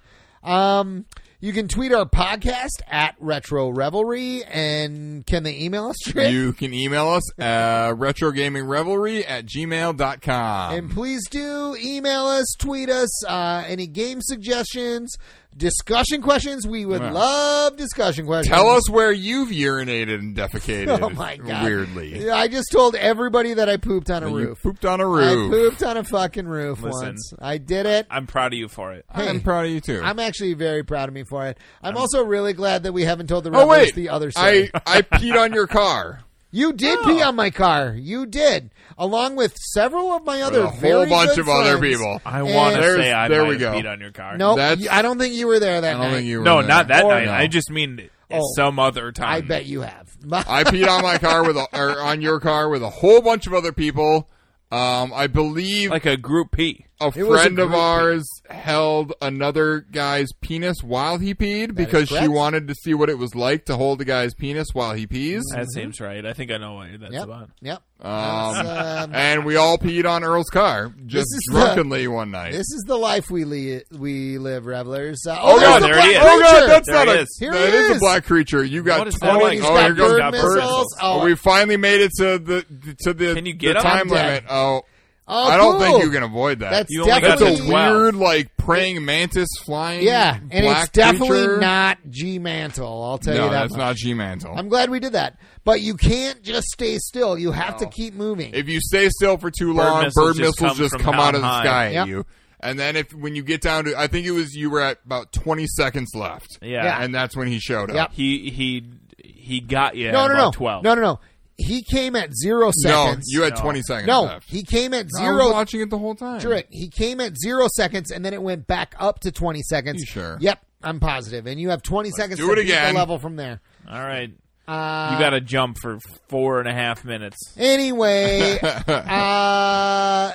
S1: Um, you can tweet our podcast at Retro Revelry, and can they email us? Trick?
S2: You can email us uh, retrogamingrevelry at gmail.com.
S1: And please do email us, tweet us, uh, any game suggestions, discussion questions. We would
S2: Yeah.
S1: love discussion questions.
S2: Tell us where you've urinated and defecated.
S1: Oh my god!
S2: Weirdly,
S1: Yeah, I just told everybody that I pooped on a
S2: you
S1: roof.
S2: pooped on a
S1: I
S2: roof.
S1: pooped on a fucking roof
S3: Listen.
S1: once. I did it.
S3: I'm proud of you for it.
S2: I'm
S1: Hey.
S2: proud of you too.
S1: I'm actually very proud of me for it. I'm, also really glad that we haven't told the
S2: oh
S1: revelers
S2: wait,
S1: the other story.
S2: I I peed on your car.
S1: you did pee on my car. You did, along with several of my other
S2: a whole
S1: very
S2: bunch
S1: good
S2: of other
S1: friends.
S2: people.
S3: I
S1: And-
S3: want to
S2: There's-
S3: say I
S2: there
S3: might
S2: we
S3: have
S2: go.
S3: beat on your car.
S1: Nope,
S2: That's-
S1: you- I don't think you were there that
S2: I don't
S1: night.
S2: think you. Were
S3: no,
S2: there.
S3: not that
S1: Or
S3: night.
S1: no.
S3: I just mean
S1: Oh.
S3: some other time.
S1: I bet you have.
S2: I peed on my car with a, or on your car with a whole bunch of other people. Um, I believe
S3: like a group P.
S2: a
S1: It was a
S2: friend of
S1: group
S2: ours held another guy's penis while he peed because she
S1: correct.
S2: wanted to see what it was like to hold a guy's penis while he pees.
S3: That seems right. I think I know what that's
S1: Mhm. Yep.
S3: about.
S1: Yep.
S2: Um,
S1: That's, um,
S2: and we all peed on Earl's car just
S1: This is the-
S2: drunkenly one night.
S1: this is the life we li- we live, revelers. Uh,
S2: Oh,
S1: there's
S2: God,
S1: the
S3: there it
S1: black
S3: is.
S2: oh god,
S1: creature.
S2: that's
S3: There
S2: not
S3: it
S2: a
S3: is.
S1: Here
S2: that
S1: he
S2: is.
S1: is.
S2: a black creature. You got
S3: What is that
S2: oh,
S3: like?
S1: He's
S2: oh,
S1: got
S2: here goes
S1: bird
S2: got
S1: missiles.
S2: bird
S1: Oh.
S2: We finally made it to the to the
S3: Can you get
S2: the
S3: 'em?
S2: time
S1: I'm dead.
S2: limit. Oh,
S1: Oh,
S2: I
S1: cool.
S2: don't think you can avoid that.
S1: That's
S3: You only got
S2: that's
S1: definitely
S2: a
S3: to 12.
S2: weird like praying mantis flying.
S1: yeah, and
S2: black
S1: it's definitely
S2: creature.
S1: not G Mantle. I'll tell
S2: No,
S1: you that.
S2: that's
S1: much.
S2: not G mantle.
S1: I'm glad we did that, but you can't just stay still. You have to keep moving.
S2: If you stay still for too long,
S3: missiles
S2: bird
S3: just
S2: missiles
S3: come
S2: just
S3: from
S2: come out of the
S3: high.
S2: sky
S1: Yep.
S2: at you. And then if when you get down to, I think it was you were at about 20 seconds left.
S3: Yeah.
S1: Yeah.
S2: and that's when he showed up.
S1: Yep.
S3: He he he got you.
S1: no,
S3: at
S1: no,
S3: about
S1: no,
S3: Twelve.
S1: no, no, no. He came at zero
S2: No,
S1: seconds.
S2: you had
S3: No.
S2: 20 seconds
S1: No,
S2: left.
S1: he came at
S2: I was
S1: zero.
S2: watching it the whole time.
S1: Correct. He came at zero seconds, and then it went back up to twenty seconds.
S2: You sure?
S1: Yep, I'm positive. And you have 20 seconds
S2: do
S1: to
S2: it
S1: beat
S2: again.
S1: the level from there.
S3: All right.
S1: Uh,
S3: You got to jump for four and a half minutes.
S1: Anyway, uh,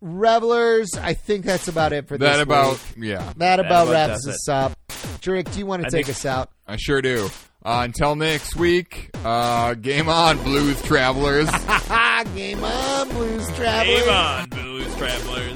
S1: revelers. I think that's about it for
S2: That
S1: this.
S2: about
S1: week.
S2: yeah,
S1: that about
S3: about
S1: wraps
S3: does
S1: us up. Drake, do you want to
S3: I
S1: take
S3: think-
S1: us out?
S2: I sure do. Uh, until next week, uh, game on, Blues Travelers.
S1: Ah, game on, blues travelers.
S3: Game on, blues travelers.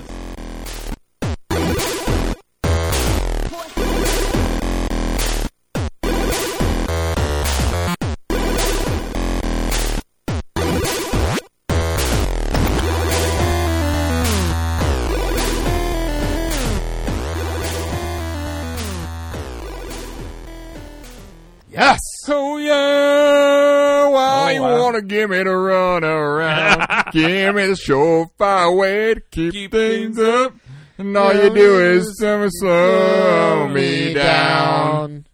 S1: Yes.
S2: Oh yeah, why
S3: Oh,
S2: you
S3: wow.
S2: wanna give me the run around? give me the surefire way to keep,
S3: Keep
S2: things,
S3: things
S2: up, and all you do is ever slow me down.